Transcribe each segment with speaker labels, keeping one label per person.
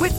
Speaker 1: With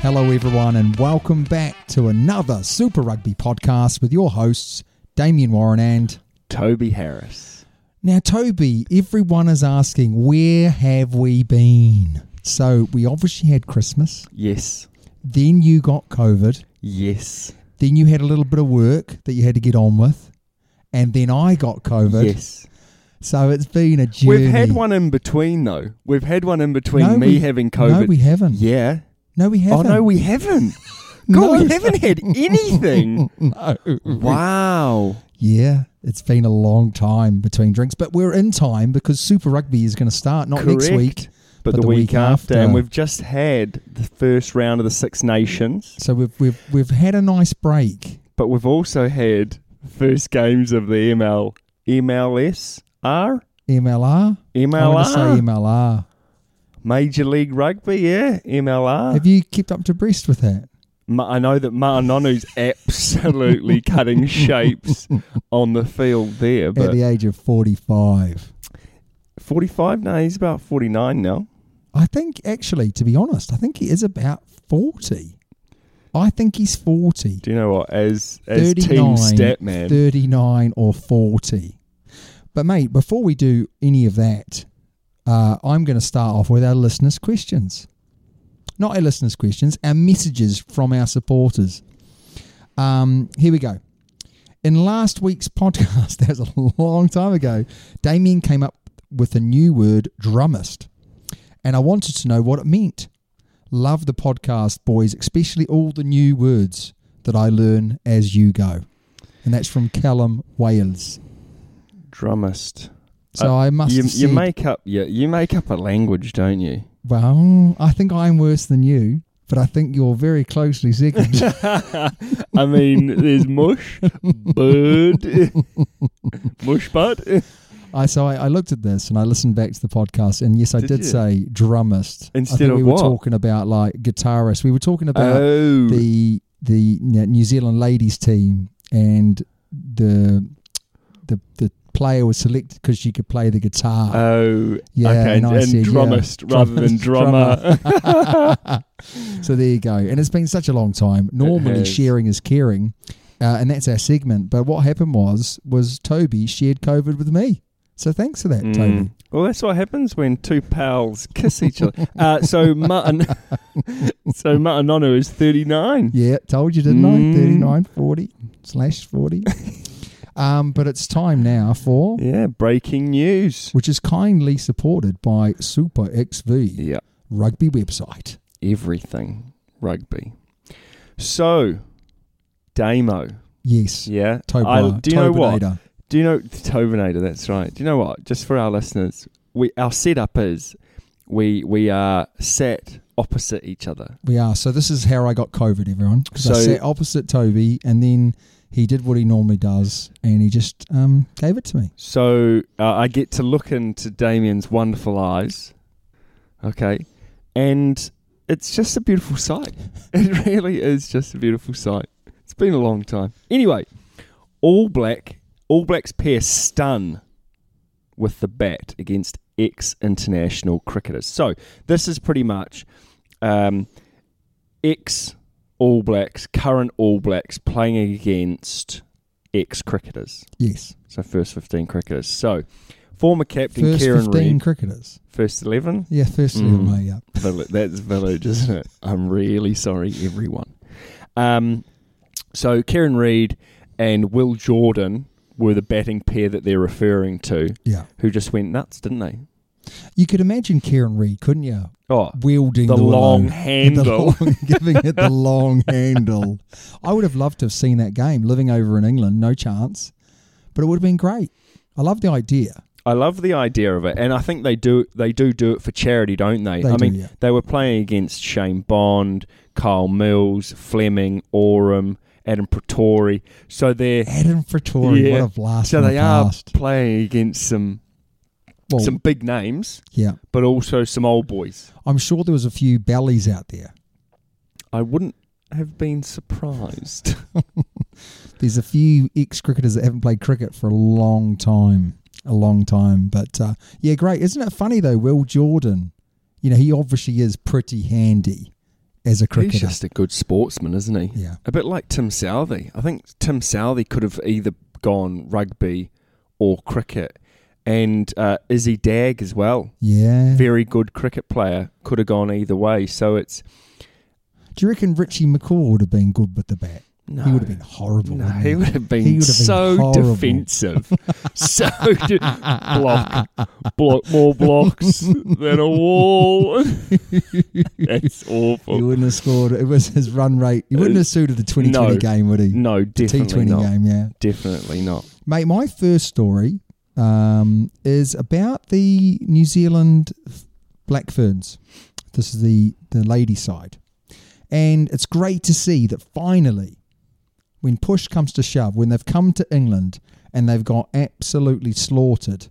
Speaker 2: Hello, everyone, and welcome back to another Super Rugby podcast with your hosts, Damien Warren and
Speaker 3: Toby Harris.
Speaker 2: Now, Toby, everyone is asking, where have we been? So, we obviously had Christmas,
Speaker 3: Yes.
Speaker 2: then you got COVID,
Speaker 3: Yes.
Speaker 2: then you had a little bit of work that you had to get on with, and then I got COVID.
Speaker 3: Yes.
Speaker 2: So, it's been a journey.
Speaker 3: We've had one in between though. We've had one in between
Speaker 2: No,
Speaker 3: me
Speaker 2: we-
Speaker 3: having
Speaker 2: no,
Speaker 3: COVID.
Speaker 2: we haven't.
Speaker 3: Yeah.
Speaker 2: No, we haven't.
Speaker 3: Oh no, we haven't. God,
Speaker 2: No.
Speaker 3: we haven't had anything.
Speaker 2: No.
Speaker 3: wow.
Speaker 2: Yeah, it's been a long time between drinks, but we're in time because Super Rugby is going to start not next
Speaker 3: Correct.
Speaker 2: week,
Speaker 3: But, the, week, after, and we've just had the first round of the Six Nations,
Speaker 2: so we've we've we've had a nice break.
Speaker 3: but we've also had first games of the E ML MLSR
Speaker 2: E MLR. I'm going to say E
Speaker 3: MLR
Speaker 2: MLR.
Speaker 3: Major League Rugby, yeah, E MLR.
Speaker 2: Have you kept up to breast with that?
Speaker 3: Ma- I know that Ma'anonu's absolutely cutting shapes on the field there,
Speaker 2: At the
Speaker 3: but
Speaker 2: age of forty-five,
Speaker 3: 45? No, he's about 49 now.
Speaker 2: I think actually, to be honest, I think he is about forty. I think he's forty.
Speaker 3: Do you know what? As as team stat man,
Speaker 2: 39 or 40. But, mate, before we do any of that, uh, I'm going to start off with our listeners' questions. Not our listeners' questions, our messages from our supporters. Um, here we go. In last week's podcast, that was a long time ago, Damien came up with a new word, drummist, and I wanted to know what it meant. Love the podcast, boys, especially all the new words that I learn as you go. And that's from Callum, Wales.
Speaker 3: drummist.
Speaker 2: So I must
Speaker 3: Uh, You,
Speaker 2: have
Speaker 3: you
Speaker 2: said-
Speaker 3: make up you, you make up a language, don't you?
Speaker 2: Well, I think I'm worse than you, but I think you're very closely second.
Speaker 3: I mean, there's mush, bird, mush butt.
Speaker 2: I so I, I looked at this and I listened back to the podcast, and yes, I did,
Speaker 3: Did you?
Speaker 2: say drummist I
Speaker 3: Instead
Speaker 2: think
Speaker 3: of
Speaker 2: we
Speaker 3: what?
Speaker 2: were talking about like guitarist. We were talking about
Speaker 3: Oh,
Speaker 2: the the you know, New Zealand ladies team and the the the player was selected because she could play the guitar.
Speaker 3: oh,
Speaker 2: Yeah,
Speaker 3: okay,
Speaker 2: and
Speaker 3: and,
Speaker 2: I said, yeah,
Speaker 3: and drummist rather than
Speaker 2: drummist,
Speaker 3: drummer.
Speaker 2: so there you go. And it's been such a long time. Normally,
Speaker 3: has.
Speaker 2: sharing is caring, uh, and that's our segment. But what happened was was Toby shared COVID with me. So thanks for that, Toby.
Speaker 3: Well, that's what happens when two pals kiss each other. Uh, so Martin, so Martinonu is thirty nine.
Speaker 2: Yeah, told you, didn't
Speaker 3: Mm.
Speaker 2: I? 39, 40, slash 40. um, but it's time now for,
Speaker 3: Yeah, breaking news.
Speaker 2: which is kindly supported by Super XV
Speaker 3: Yeah,
Speaker 2: rugby website.
Speaker 3: everything rugby. So, Damo.
Speaker 2: Yes.
Speaker 3: Yeah,
Speaker 2: Toby,
Speaker 3: I- do you know what?
Speaker 2: Tobinator.
Speaker 3: Do you know Tobinator? That's right. Do you know what? Just for our listeners, we our setup is we we are sat opposite each other.
Speaker 2: We are. So this is how I got COVID, everyone. Because I
Speaker 3: So-
Speaker 2: sat opposite Toby, and then he did what he normally does, and he just um, gave it to me.
Speaker 3: So uh, I get to look into Damien's wonderful eyes. Okay. And it's just a beautiful sight. It really is just a beautiful sight. It's been a long time. Anyway, All Black, All Blacks pair stun with the bat against ex international cricketers. So this is pretty much um, ex All Blacks, current All Blacks playing against ex cricketers.
Speaker 2: Yes.
Speaker 3: So first fifteen cricketers. So former captain
Speaker 2: First
Speaker 3: Kieran
Speaker 2: 15
Speaker 3: Reid,
Speaker 2: cricketers.
Speaker 3: first eleven.
Speaker 2: Yeah, first
Speaker 3: Mm.
Speaker 2: eleven. mate, yeah.
Speaker 3: Vill- That's village, isn't it? I'm really sorry, everyone. Um, so Kieran Reid and Will Jordan were the batting pair that they're referring to,
Speaker 2: Yeah.
Speaker 3: who just went nuts, didn't they?
Speaker 2: You could imagine Kieran Reid, couldn't you?
Speaker 3: Oh,
Speaker 2: Wielding
Speaker 3: The
Speaker 2: the, willow.
Speaker 3: long
Speaker 2: The
Speaker 3: handle.
Speaker 2: long- giving it the long handle. I would have loved to have seen that game. Living over in England, no chance. But it would have been great. I love the idea.
Speaker 3: I love the idea of it, and I think they do they do do it for charity, don't they?
Speaker 2: They
Speaker 3: I
Speaker 2: do,
Speaker 3: mean,
Speaker 2: yeah.
Speaker 3: they were playing against Shane Bond, Carl Mills, Fleming, Oram, Adam Pretori, so they're
Speaker 2: Adam Frittori, what a blast!
Speaker 3: So
Speaker 2: from the
Speaker 3: they are
Speaker 2: past.
Speaker 3: playing against some
Speaker 2: Well,
Speaker 3: some big names,
Speaker 2: yeah.
Speaker 3: but also some old boys.
Speaker 2: I'm sure there was a few bellies out there.
Speaker 3: I wouldn't have been surprised.
Speaker 2: There's a few ex cricketers that haven't played cricket for a long time, a long time. But uh, yeah, great. Isn't it funny though? Will Jordan, you know, he obviously is pretty handy as a cricketer.
Speaker 3: He's just a good sportsman, isn't he?
Speaker 2: Yeah.
Speaker 3: A bit like Tim Southey. I think Tim Southey could have either gone rugby or cricket, and uh, Izzy Dag as well.
Speaker 2: yeah.
Speaker 3: Very good cricket player could have gone either way. So it's
Speaker 2: Do you reckon Richie McCaw would have been good with the bat?
Speaker 3: no.
Speaker 2: He would have been horrible.
Speaker 3: No,
Speaker 2: wouldn't
Speaker 3: he would have been
Speaker 2: He would have been
Speaker 3: so
Speaker 2: horrible.
Speaker 3: defensive. so de- block, block more blocks than a wall. That's
Speaker 2: He
Speaker 3: awful.
Speaker 2: wouldn't have scored. It was his run rate. He wouldn't have suited the 2020
Speaker 3: Uh, No.
Speaker 2: game, would he?
Speaker 3: No, definitely
Speaker 2: T20
Speaker 3: not.
Speaker 2: game, yeah.
Speaker 3: Definitely not.
Speaker 2: Mate, my first story um, is about the New Zealand f- black ferns. This is the, the lady side. And it's great to see that finally, when push comes to shove, when they've come to England and they've got absolutely slaughtered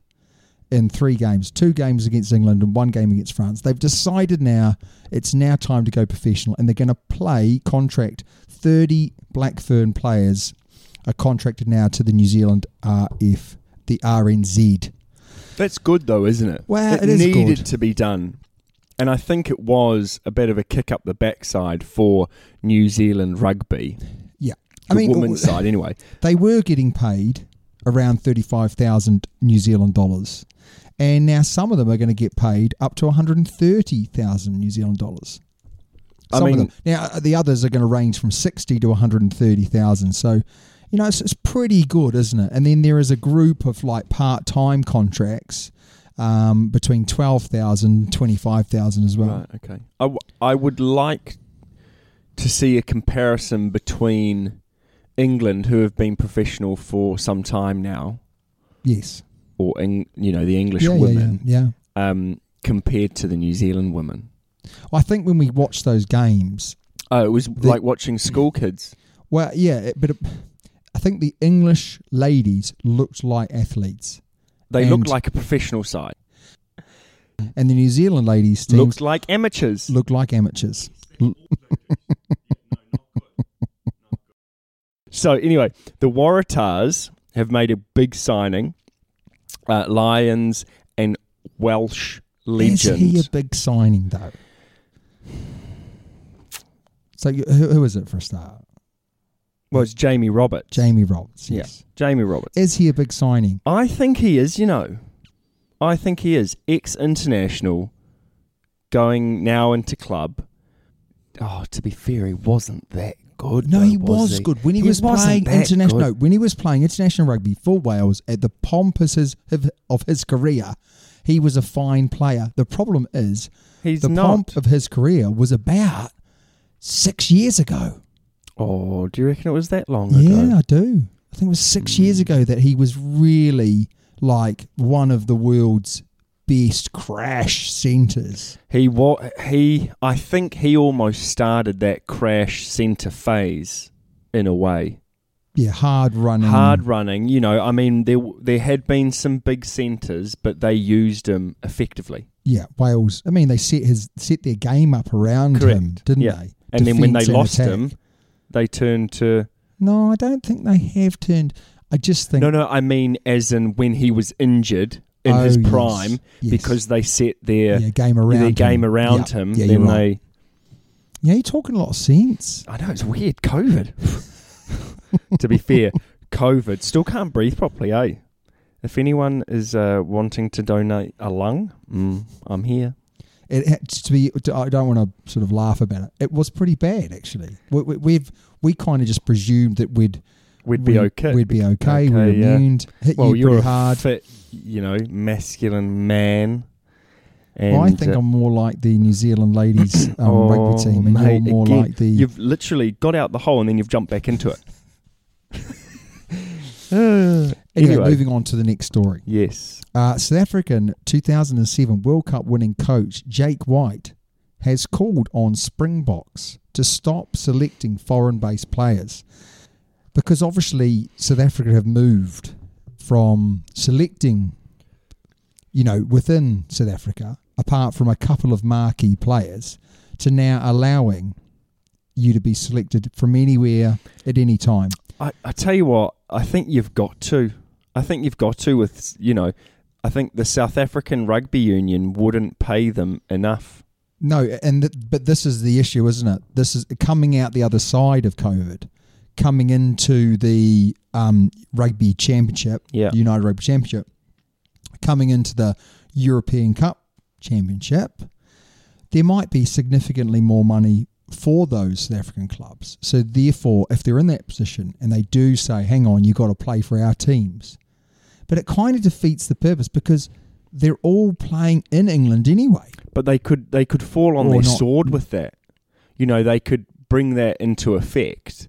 Speaker 2: in three games two games against England and one game against France. They've decided now it's now time to go professional and they're going to play contract 30 Blackfern players are contracted now to the New Zealand RF, the RNZ.
Speaker 3: That's good though, isn't it?
Speaker 2: Well,
Speaker 3: it
Speaker 2: it is
Speaker 3: needed
Speaker 2: good.
Speaker 3: to be done. And I think it was a bit of a kick up the backside for New Zealand rugby,
Speaker 2: Yeah.
Speaker 3: the women's side anyway.
Speaker 2: they were getting paid around 35,000 New Zealand dollars. And now some of them are going to get paid up to 130,000 New Zealand dollars.
Speaker 3: I
Speaker 2: Some
Speaker 3: mean-
Speaker 2: of them. Now, uh, the others are going to range from 60 to 130,000. So, you know, it's, it's pretty good, isn't it? And then there is a group of like part time contracts um, between 12,000, 25,000 as well.
Speaker 3: Right. Okay. I, w- I would like to see a comparison between England, who have been professional for some time now,
Speaker 2: Yes.
Speaker 3: or Eng, you know the English
Speaker 2: Yeah, yeah, yeah,
Speaker 3: women,
Speaker 2: yeah.
Speaker 3: Um, compared to the New Zealand women.
Speaker 2: I think when we watch those games,
Speaker 3: Oh, it was like watching school kids.
Speaker 2: Well, yeah, it, but it, I think the English ladies looked like athletes,
Speaker 3: They looked
Speaker 2: And-
Speaker 3: like a professional side.
Speaker 2: and the New Zealand ladies teams
Speaker 3: Looked like amateurs.
Speaker 2: looked like amateurs.
Speaker 3: So anyway, the Waratahs have made a big signing. Uh, Lions and Welsh legend.
Speaker 2: Is he a big signing though? So you- who, who is it for a start?
Speaker 3: well, it's Jamie Roberts.
Speaker 2: Jamie Roberts.
Speaker 3: Yeah.
Speaker 2: Yes.
Speaker 3: Jamie Roberts.
Speaker 2: Is he a big signing?
Speaker 3: I think he is, you know. I think he is. Ex international going now into club. Oh, to be fair, he wasn't that good.
Speaker 2: No,
Speaker 3: though,
Speaker 2: he was good when he, was
Speaker 3: wasn't
Speaker 2: playing
Speaker 3: that
Speaker 2: international.
Speaker 3: good.
Speaker 2: Oh, When he was playing international rugby for Wales at the pompousness of, of his career, he was a fine player. The problem is
Speaker 3: He's
Speaker 2: the
Speaker 3: not.
Speaker 2: pomp of his career was about six years ago.
Speaker 3: oh, Hmm. do you reckon it was that long
Speaker 2: Yeah,
Speaker 3: ago?
Speaker 2: I do. I think it was six years ago that he was really like one of the world's best crash centres.
Speaker 3: He wa- he I think he almost started that crash center phase in a way.
Speaker 2: Yeah, hard running.
Speaker 3: Hard running, you know, I mean there there had been some big centers but they used him effectively.
Speaker 2: Yeah, Wales. I mean, they set his set their game up around him, didn't
Speaker 3: yeah.
Speaker 2: they?
Speaker 3: And then when they
Speaker 2: Defence and
Speaker 3: lost
Speaker 2: attack.
Speaker 3: him, they turned to
Speaker 2: no, I don't think they have turned. I just think
Speaker 3: No, no, I mean as in when he was injured in
Speaker 2: Oh,
Speaker 3: his
Speaker 2: yes,
Speaker 3: prime
Speaker 2: yes.
Speaker 3: because they set their
Speaker 2: yeah, game
Speaker 3: their
Speaker 2: around
Speaker 3: game
Speaker 2: him.
Speaker 3: around
Speaker 2: Yeah,
Speaker 3: him,
Speaker 2: Yeah,
Speaker 3: then
Speaker 2: you're right.
Speaker 3: they
Speaker 2: yeah, you're talking a lot of sense.
Speaker 3: I know it's weird. COVID. to be fair, COVID still can't breathe properly, eh? If anyone is uh, wanting to donate a lung, mm, I'm here.
Speaker 2: It had Uh, to be. I don't want to sort of laugh about it. It was pretty bad, actually. We, we, we've we kind of just presumed that we'd
Speaker 3: We'd be
Speaker 2: we'd-
Speaker 3: okay.
Speaker 2: We'd be okay. we're
Speaker 3: yeah.
Speaker 2: immune. Hit
Speaker 3: Well,
Speaker 2: you
Speaker 3: you are
Speaker 2: pretty
Speaker 3: a
Speaker 2: hard.
Speaker 3: fit, you know, masculine man. And
Speaker 2: I think
Speaker 3: uh, Oh,
Speaker 2: I'm more like the New Zealand ladies um, rugby team, and
Speaker 3: mate,
Speaker 2: you're more
Speaker 3: again,
Speaker 2: like the.
Speaker 3: You've literally got out the hole and then you've jumped back into it.
Speaker 2: Uh, anyway,
Speaker 3: anyway.
Speaker 2: moving on to the next story.
Speaker 3: Yes.
Speaker 2: Uh, South African 2007 World Cup winning coach Jake White has called on Springboks to stop selecting foreign based players because obviously South Africa have moved from selecting, you know, within South Africa, apart from a couple of marquee players, to now allowing you to be selected from anywhere at any time.
Speaker 3: I, I tell you what, I think you've got to. I think you've got to with, you know, I think the South African Rugby Union wouldn't pay them enough.
Speaker 2: No, and th- but this is the issue, isn't it? This is coming out the other side of COVID, coming into the um, rugby championship,
Speaker 3: Yeah.
Speaker 2: the United Rugby Championship, coming into the European Cup Championship. There might be significantly more money for those South African clubs. So therefore, if they're in that position and they do say, "Hang on, you got to play for our teams," but it kind of defeats the purpose because they're all playing in England anyway.
Speaker 3: But they could they could fall on
Speaker 2: Or
Speaker 3: their
Speaker 2: not.
Speaker 3: sword with that. You know, they could bring that into effect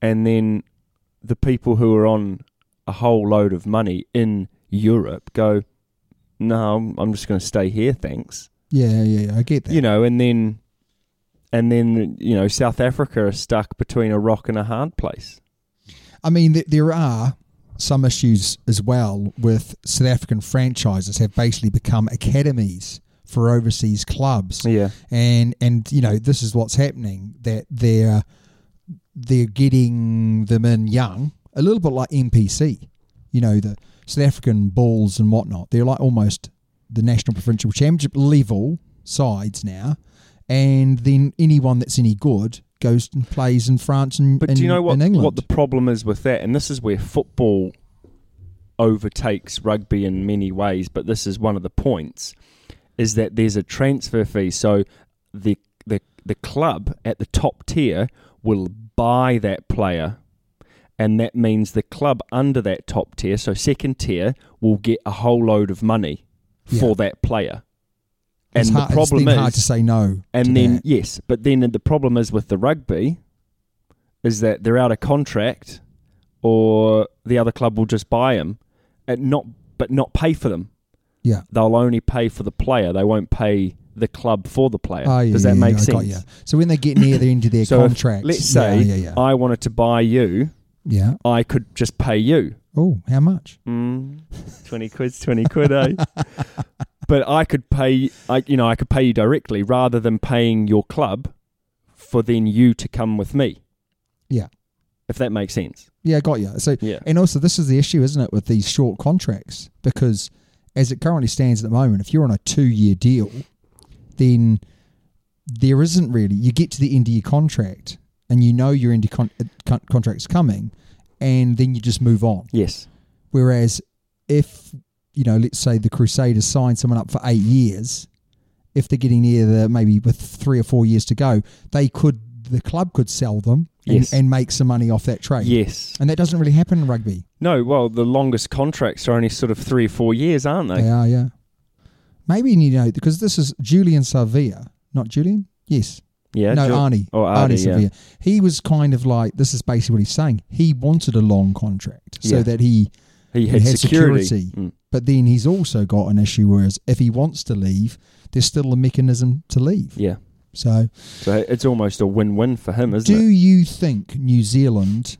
Speaker 3: and then the people who are on a whole load of money in Europe go, No, I'm- I'm just gonna stay here, thanks.
Speaker 2: Yeah, yeah, yeah, I get that.
Speaker 3: you know, and then and then you know South Africa are stuck between a rock and a hard place.
Speaker 2: I mean, th- there are some issues as well with South African franchises have basically become academies for overseas clubs,
Speaker 3: Yeah,
Speaker 2: and and you know this is what's happening that they're they're getting them in young, a little bit like NPC, you know the South African balls and whatnot. They're like almost the national provincial championship level sides now, and then anyone that's any good goes and plays in France and
Speaker 3: but
Speaker 2: and,
Speaker 3: do you know what
Speaker 2: and England.
Speaker 3: what the problem is with that? And this is where football overtakes rugby in many ways. But this is one of the points is that there's a transfer fee, so the the the club at the top tier will buy that player. And that means the club under that top tier, so second tier, will get a whole load of money for that player. And
Speaker 2: It's
Speaker 3: the
Speaker 2: hard, it's
Speaker 3: problem
Speaker 2: been
Speaker 3: is,
Speaker 2: hard to say no. to
Speaker 3: and then
Speaker 2: that.
Speaker 3: yes, but then the problem is with the rugby, is that they're out of contract, or the other club will just buy them, and not but not pay for them.
Speaker 2: yeah.
Speaker 3: They'll only pay for the player. They won't pay the club for the player.
Speaker 2: Oh, yeah,
Speaker 3: Does
Speaker 2: yeah,
Speaker 3: that make
Speaker 2: yeah, I got
Speaker 3: sense?
Speaker 2: you. So when they get near the end of their
Speaker 3: So if-
Speaker 2: contracts,
Speaker 3: let's say
Speaker 2: yeah, yeah, yeah.
Speaker 3: I wanted to buy you.
Speaker 2: yeah.
Speaker 3: I could just pay you.
Speaker 2: Oh, how much?
Speaker 3: Mm, 20 quid's 20 quid, eh? but I could pay, I, you know, I could pay you directly rather than paying your club for then you to come with me,
Speaker 2: Yeah,
Speaker 3: if that makes sense.
Speaker 2: yeah, I got you. So
Speaker 3: Yeah.
Speaker 2: and also this is the issue, isn't it, with these short contracts? Because as it currently stands at the moment, if you're on a two-year deal, then there isn't really. You get to the end of your contract, and you know your end of con- uh, con- contract's coming, and then you just move on.
Speaker 3: Yes.
Speaker 2: Whereas if, you know, let's say the Crusaders sign someone up for eight years, if they're getting near the maybe with three or four years to go, they could the club could sell them and,
Speaker 3: Yes.
Speaker 2: and make some money off that trade.
Speaker 3: Yes.
Speaker 2: And that doesn't really happen in rugby.
Speaker 3: No, well, the longest contracts are only sort of three or four years, aren't they?
Speaker 2: They are, yeah. Maybe you know because this is Julian Savia, not Julian? Yes.
Speaker 3: Yeah.
Speaker 2: no,
Speaker 3: Ju-
Speaker 2: Arnie.
Speaker 3: Oh,
Speaker 2: Arnie,
Speaker 3: Arnie, yeah.
Speaker 2: Sevilla. He was kind of like this is basically what he's saying. He wanted a long contract so
Speaker 3: Yeah.
Speaker 2: that he
Speaker 3: He had
Speaker 2: had
Speaker 3: security.
Speaker 2: security.
Speaker 3: Mm.
Speaker 2: But then he's also got an issue whereas if he wants to leave, there's still a mechanism to leave.
Speaker 3: Yeah.
Speaker 2: So,
Speaker 3: So it's almost a win-win for him, isn't
Speaker 2: do
Speaker 3: it?
Speaker 2: you think New Zealand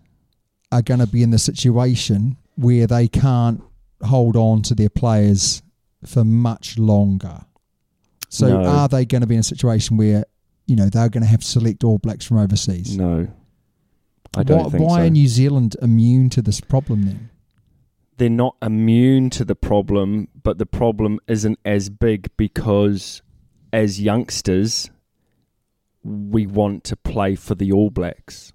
Speaker 2: are going to be in the situation where they can't hold on to their players for much longer? So,
Speaker 3: No.
Speaker 2: are they going to be in a situation where, you know, they're going to have to select all blacks from overseas?
Speaker 3: No. I don't
Speaker 2: why,
Speaker 3: think
Speaker 2: why
Speaker 3: so.
Speaker 2: are New Zealand immune to this problem then?
Speaker 3: they're not immune to the problem, but the problem isn't as big because as youngsters, we want to play for the All Blacks.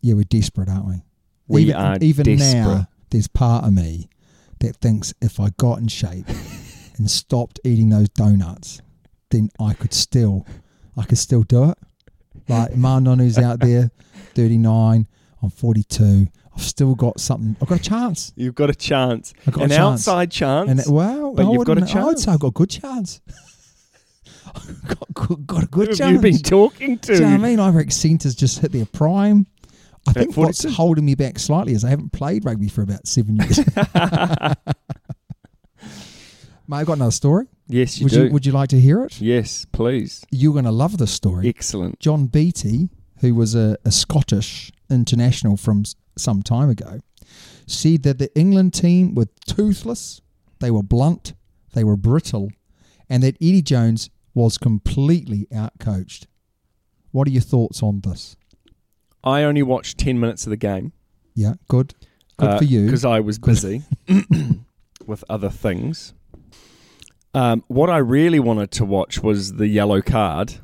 Speaker 2: Yeah, we're desperate, aren't we?
Speaker 3: We
Speaker 2: even,
Speaker 3: are
Speaker 2: even
Speaker 3: desperate.
Speaker 2: now. There's part of me that thinks if I got in shape and stopped eating those donuts, then I could still, I could still do it. Like Ma Nonu's out there, 39. I'm 42. I've still got something. I've got a chance.
Speaker 3: You've got a chance.
Speaker 2: I've got a
Speaker 3: An
Speaker 2: chance.
Speaker 3: outside chance.
Speaker 2: And it, well,
Speaker 3: But
Speaker 2: I
Speaker 3: you've got a
Speaker 2: wouldn't- I would
Speaker 3: chance.
Speaker 2: say I've got a good chance. I've got, good- got a good
Speaker 3: Who have
Speaker 2: chance.
Speaker 3: you been talking to?
Speaker 2: Do you know what I mean? I reckon centres just hit their prime. I think what's
Speaker 3: 42?
Speaker 2: holding me back slightly is I haven't played rugby for about seven years. Mate, I've got another story.
Speaker 3: Yes, you
Speaker 2: would
Speaker 3: do.
Speaker 2: you would you like to hear it?
Speaker 3: yes, please.
Speaker 2: You're going to love this story.
Speaker 3: Excellent.
Speaker 2: John Beattie, who was a, a Scottish international from s- some time ago, said that the England team were toothless, they were blunt, they were brittle, and that Eddie Jones was completely outcoached. What are your thoughts on this?
Speaker 3: I only watched 10 minutes of the game.
Speaker 2: Yeah, good. Good for you.
Speaker 3: Because I was busy with other things. Um, what I really wanted to watch was the yellow card.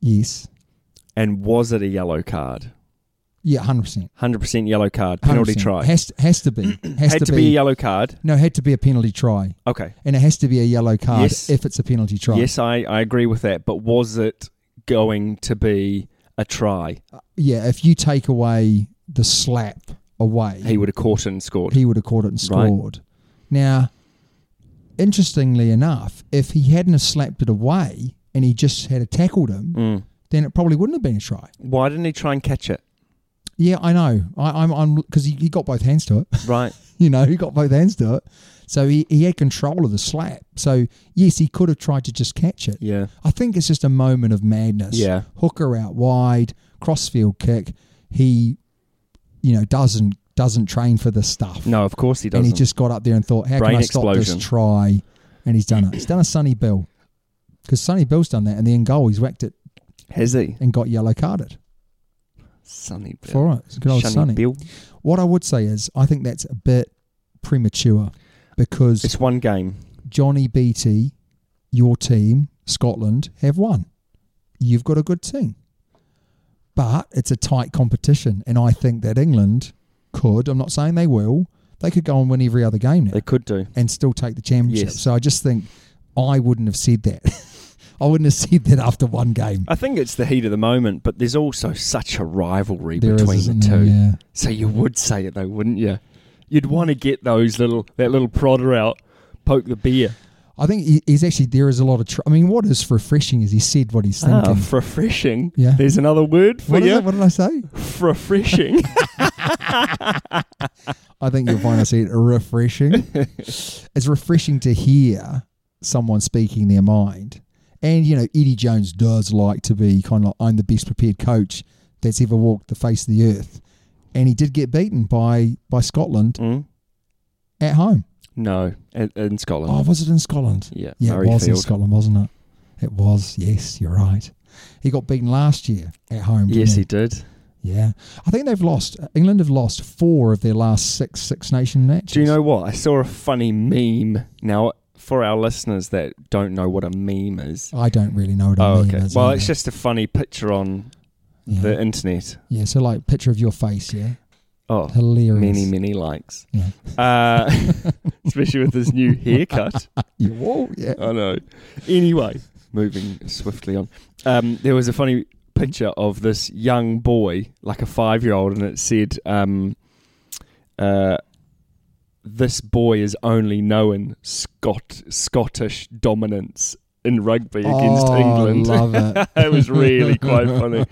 Speaker 2: Yes.
Speaker 3: And was it a yellow card?
Speaker 2: Yeah, 100%.
Speaker 3: 100% yellow card, penalty
Speaker 2: 100%.
Speaker 3: try.
Speaker 2: Has, has to be. Has
Speaker 3: Had to, be. a yellow card.
Speaker 2: No, had to be a penalty try.
Speaker 3: Okay.
Speaker 2: And it has to be a yellow card
Speaker 3: Yes.
Speaker 2: if it's a penalty try.
Speaker 3: Yes, I, I agree with that. But was it going to be a try?
Speaker 2: Yeah, if you take away the slap away,
Speaker 3: He would have caught it and scored.
Speaker 2: he would have caught it and
Speaker 3: Right.
Speaker 2: scored. Now, interestingly enough, if he hadn't have slapped it away and he just had tackled him,
Speaker 3: Mm.
Speaker 2: then it probably wouldn't have been a try.
Speaker 3: Why didn't he try and catch it?
Speaker 2: Yeah, I know. I, I'm I'm because he, he got both hands to it.
Speaker 3: Right.
Speaker 2: you know, he got both hands to it, so he he had control of the slap. So yes, he could have tried to just catch it.
Speaker 3: Yeah.
Speaker 2: I think it's just a moment of madness.
Speaker 3: Yeah.
Speaker 2: Hooker out wide, crossfield kick. He, you know, doesn't doesn't train for this stuff.
Speaker 3: No, of course he doesn't.
Speaker 2: And he just got up there and thought, how
Speaker 3: Brain
Speaker 2: can I stop
Speaker 3: explosion.
Speaker 2: this try? And he's done it. He's done a Sonny Bill. Because Sonny Bill's done that, and then in goal, he's whacked it
Speaker 3: Has he?
Speaker 2: and got yellow carded
Speaker 3: Sunny Bill.
Speaker 2: for it. It's good old
Speaker 3: Sonny
Speaker 2: Sonny.
Speaker 3: Bill.
Speaker 2: What I would say is, I think that's a bit premature because
Speaker 3: It's one game.
Speaker 2: Johnny Beattie, your team, Scotland, have won. You've got a good team. But it's a tight competition. And I think that England could, I'm not saying they will, they could go and win every other game now
Speaker 3: They could do.
Speaker 2: and still take the championship.
Speaker 3: Yes.
Speaker 2: So I just think I wouldn't have said that. I wouldn't have said that after one game.
Speaker 3: I think it's the heat of the moment, but there's also such a rivalry
Speaker 2: There is,
Speaker 3: between
Speaker 2: isn't
Speaker 3: the
Speaker 2: there?
Speaker 3: two.
Speaker 2: Yeah.
Speaker 3: So you would say it though, wouldn't you? You'd want to get those little that little prodder out, poke the beer.
Speaker 2: I think he- he's actually, there is a lot of, tr- I mean, what is refreshing is he said what he's thinking.
Speaker 3: Ah, refreshing.
Speaker 2: Yeah.
Speaker 3: There's another word for
Speaker 2: What is
Speaker 3: you.
Speaker 2: it? What did I say?
Speaker 3: Refreshing.
Speaker 2: I think you'll find I said refreshing. it's refreshing to hear someone speaking their mind. And, you know, Eddie Jones does like to be kind of like, I'm the best prepared coach that's ever walked the face of the earth. And he did get beaten by, by Scotland
Speaker 3: Mm.
Speaker 2: at home.
Speaker 3: No, in, in Scotland.
Speaker 2: Oh, was it in Scotland?
Speaker 3: Yeah,
Speaker 2: Yeah, it was in
Speaker 3: Murrayfield.
Speaker 2: Scotland, wasn't it? It was. Yes, you're right. He got beaten last year at home. didn't
Speaker 3: yes, he did.
Speaker 2: Yeah. I think they've lost, England have lost four of their last six Six Nation matches.
Speaker 3: Do you know what? I saw a funny meme. Now, for our listeners that don't know what a meme is,
Speaker 2: I don't really know what I
Speaker 3: oh,
Speaker 2: mean.
Speaker 3: okay.
Speaker 2: as
Speaker 3: Well,
Speaker 2: in-
Speaker 3: it's just a funny picture on
Speaker 2: yeah.
Speaker 3: the internet.
Speaker 2: yeah. So like picture of your face, yeah,
Speaker 3: Oh,
Speaker 2: hilarious.
Speaker 3: many many likes.
Speaker 2: Yeah.
Speaker 3: Uh, especially with his new haircut.
Speaker 2: Yeah, whoa, yeah.
Speaker 3: I know. Anyway, moving swiftly on. Um, there was a funny picture of this young boy, like a five year old, and it said, um, uh, This boy is only known Scot- Scottish dominance in rugby against
Speaker 2: Oh,
Speaker 3: England.
Speaker 2: love it.
Speaker 3: it was really quite funny.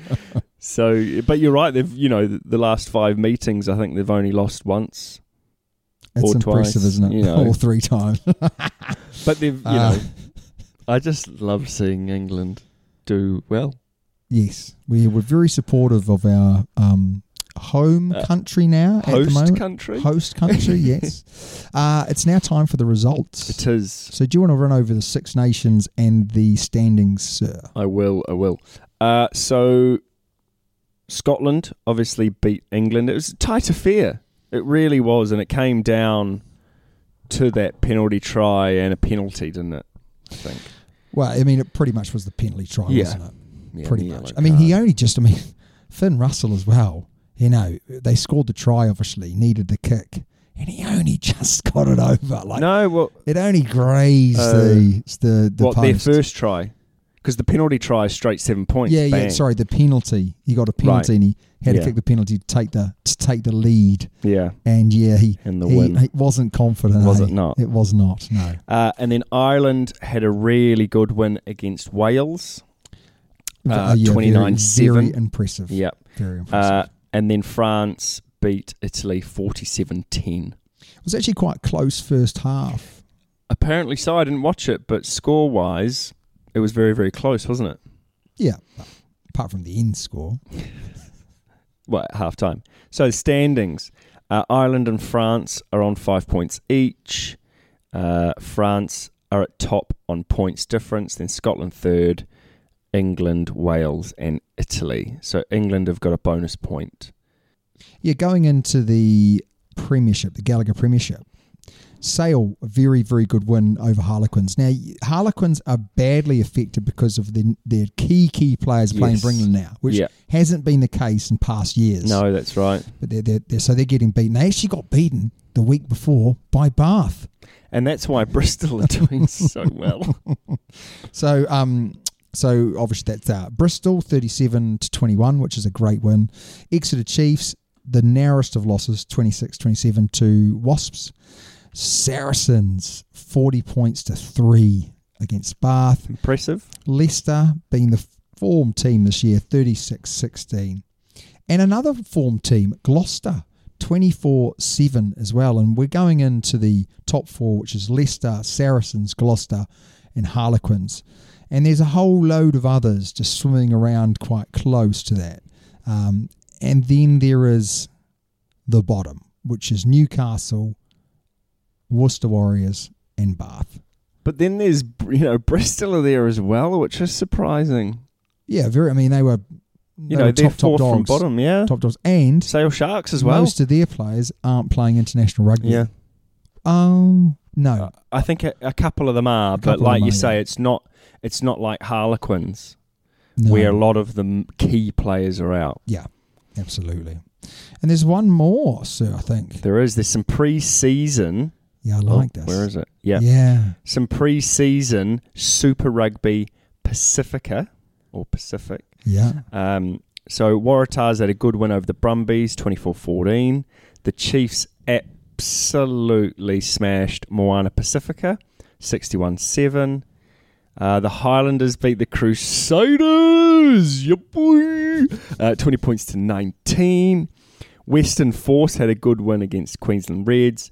Speaker 3: So, but you're right. They've, you know, the last five meetings, I think they've only lost once.
Speaker 4: It's
Speaker 3: or
Speaker 4: impressive,
Speaker 3: twice,
Speaker 4: isn't it?
Speaker 3: you know.
Speaker 4: All three times.
Speaker 3: But they've, you
Speaker 5: Ah.
Speaker 4: Uh,
Speaker 3: know, I just love seeing England do well.
Speaker 4: yes, we we're very supportive of our um, home
Speaker 3: Uh,
Speaker 4: country now at the
Speaker 3: host
Speaker 4: moment.
Speaker 3: country?
Speaker 4: Host country, yes. Uh, it's now time for the results.
Speaker 3: It is.
Speaker 4: So do you want to run over the Six Nations and the standings, sir?
Speaker 3: I will. I will. Uh, so Scotland obviously beat England. It was a tight affair. It really was, and it came down to that penalty try and a penalty, didn't it? I think.
Speaker 4: Well, I mean, it pretty much was the penalty try,
Speaker 3: Yeah.
Speaker 4: wasn't it?
Speaker 3: Yeah,
Speaker 4: pretty
Speaker 3: the
Speaker 4: much.
Speaker 3: yellow
Speaker 4: I mean, he
Speaker 3: card.
Speaker 4: only just. I mean, Finn Russell as well. You know, they scored the try. Obviously, needed the kick, and he only just got it over. Like
Speaker 3: no. Well,
Speaker 4: it only grazed
Speaker 3: Uh,
Speaker 4: the the the
Speaker 3: what
Speaker 4: post.
Speaker 3: their first try? Because the penalty try is straight seven points.
Speaker 4: yeah, yeah.
Speaker 3: bang.
Speaker 4: Sorry, the penalty. He got a penalty,
Speaker 3: Right.
Speaker 4: and he had
Speaker 3: Yeah.
Speaker 4: to kick the penalty to take the to take the lead.
Speaker 3: Yeah.
Speaker 4: And yeah, he
Speaker 3: And the
Speaker 4: he,
Speaker 3: win.
Speaker 4: he wasn't confident.
Speaker 3: Was
Speaker 4: eh?
Speaker 3: it not?
Speaker 4: It was not. No.
Speaker 3: Uh, and then Ireland had a really good win against Wales. Uh,
Speaker 4: Oh, yeah, very-
Speaker 3: 29-7.
Speaker 4: Very impressive.
Speaker 3: Yep.
Speaker 4: Very impressive.
Speaker 3: Uh, and then France beat Italy 47 10.
Speaker 4: it was actually quite close first half.
Speaker 3: Apparently, so I didn't watch it, but score wise, it was very, very close, wasn't it?
Speaker 4: Yeah. Apart from the end score.
Speaker 3: Well, at half time. So, the standings uh, Ireland and France are on five points each. Uh, France are at top on points difference, then Scotland third, England, Wales, and Italy. So, England have got a bonus point.
Speaker 4: Yeah, going into the Premiership, the Gallagher Premiership, Sale, a very, very good win over Harlequins. Now, Harlequins are badly affected because of the, their key, key players playing
Speaker 3: Yes.
Speaker 4: for England now, which
Speaker 3: Yeah.
Speaker 4: hasn't been the case in past years.
Speaker 3: No, that's right.
Speaker 4: But they're, they're, they're, so they're getting beaten. They actually got beaten the week before by Bath.
Speaker 3: And that's why Bristol are doing so well.
Speaker 4: So, um, so obviously that's uh, Bristol thirty-seven to twenty-one, which is a great win. Exeter Chiefs, the narrowest of losses, 26-27 to Wasps. Saracens forty points to three against Bath.
Speaker 3: Impressive.
Speaker 4: Leicester being the form team this year, 36-16. and another form team, Gloucester. 24 7 as well. And we're going into the top four, which is Leicester, Saracens, Gloucester, and Harlequins. And there's a whole load of others just swimming around quite close to that. Um, and then there is the bottom, which is Newcastle, Worcester Warriors, and Bath.
Speaker 3: But then there's you know Bristol are there as well, which is surprising.
Speaker 4: Yeah, very. I mean, they were, they
Speaker 3: You know
Speaker 4: were
Speaker 3: they're
Speaker 4: top, top
Speaker 3: fourth from
Speaker 4: dogs.
Speaker 3: bottom, yeah.
Speaker 4: Top dogs. And
Speaker 3: Sale Sharks as well.
Speaker 4: most of their players aren't playing international rugby.
Speaker 3: yeah, Uh,
Speaker 4: Oh, no.
Speaker 3: I think a, a couple of them are, but
Speaker 4: couple
Speaker 3: like
Speaker 4: of them
Speaker 3: you
Speaker 4: are,
Speaker 3: say,
Speaker 4: yeah.
Speaker 3: it's not it's not like Harlequins
Speaker 4: no.
Speaker 3: where a lot of the m- key players are out.
Speaker 4: Yeah, absolutely. And there's one more, sir, I think.
Speaker 3: There is there's some pre-season.
Speaker 4: Yeah, I like
Speaker 3: Oh,
Speaker 4: this.
Speaker 3: Where is it?
Speaker 4: Yeah.
Speaker 3: Yeah, some pre-season Super Rugby Pacifica or Pacific.
Speaker 4: Yeah.
Speaker 3: Um, so Waratahs had a good win over the Brumbies, 24-14. The Chiefs absolutely smashed Moana Pacifica, 61-7. Uh, the Highlanders beat the Crusaders, yeah, boy, uh, 20 points to 19. Western Force had a good win against Queensland Reds,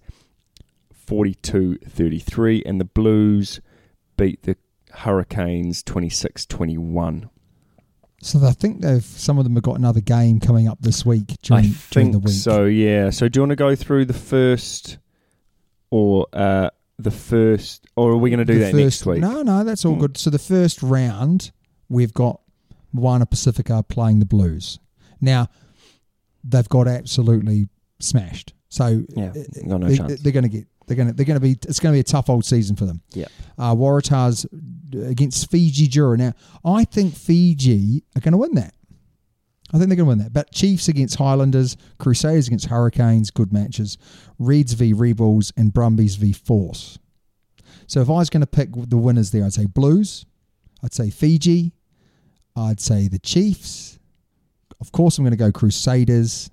Speaker 3: 42-33. And the Blues beat the Hurricanes, 26-21.
Speaker 4: So I think they've some of them have got another game coming up this week during,
Speaker 3: I
Speaker 4: during
Speaker 3: think
Speaker 4: the week.
Speaker 3: so. Yeah. So do you want to go through the first, or uh, the first, or are we going to do
Speaker 4: The
Speaker 3: that
Speaker 4: first,
Speaker 3: next week?
Speaker 4: No, no, that's all good. So the first round, we've got Moana Pacifica playing the Blues. Now, they've got absolutely smashed. So
Speaker 3: Yeah,
Speaker 4: uh,
Speaker 3: got no
Speaker 4: they,
Speaker 3: chance.
Speaker 4: they're going to get. They're going to. They're going to be. It's going to be a tough old season for them.
Speaker 3: Yeah.
Speaker 4: Uh, Waratahs against Fiji Jura. Now, I think Fiji are going to win that. I think they're going to win that. But Chiefs against Highlanders, Crusaders against Hurricanes, good matches. Reds v Rebels and Brumbies v Force. So if I was going to pick the winners there, I'd say Blues, I'd say Fiji, I'd say the Chiefs. Of course, I'm going to go Crusaders,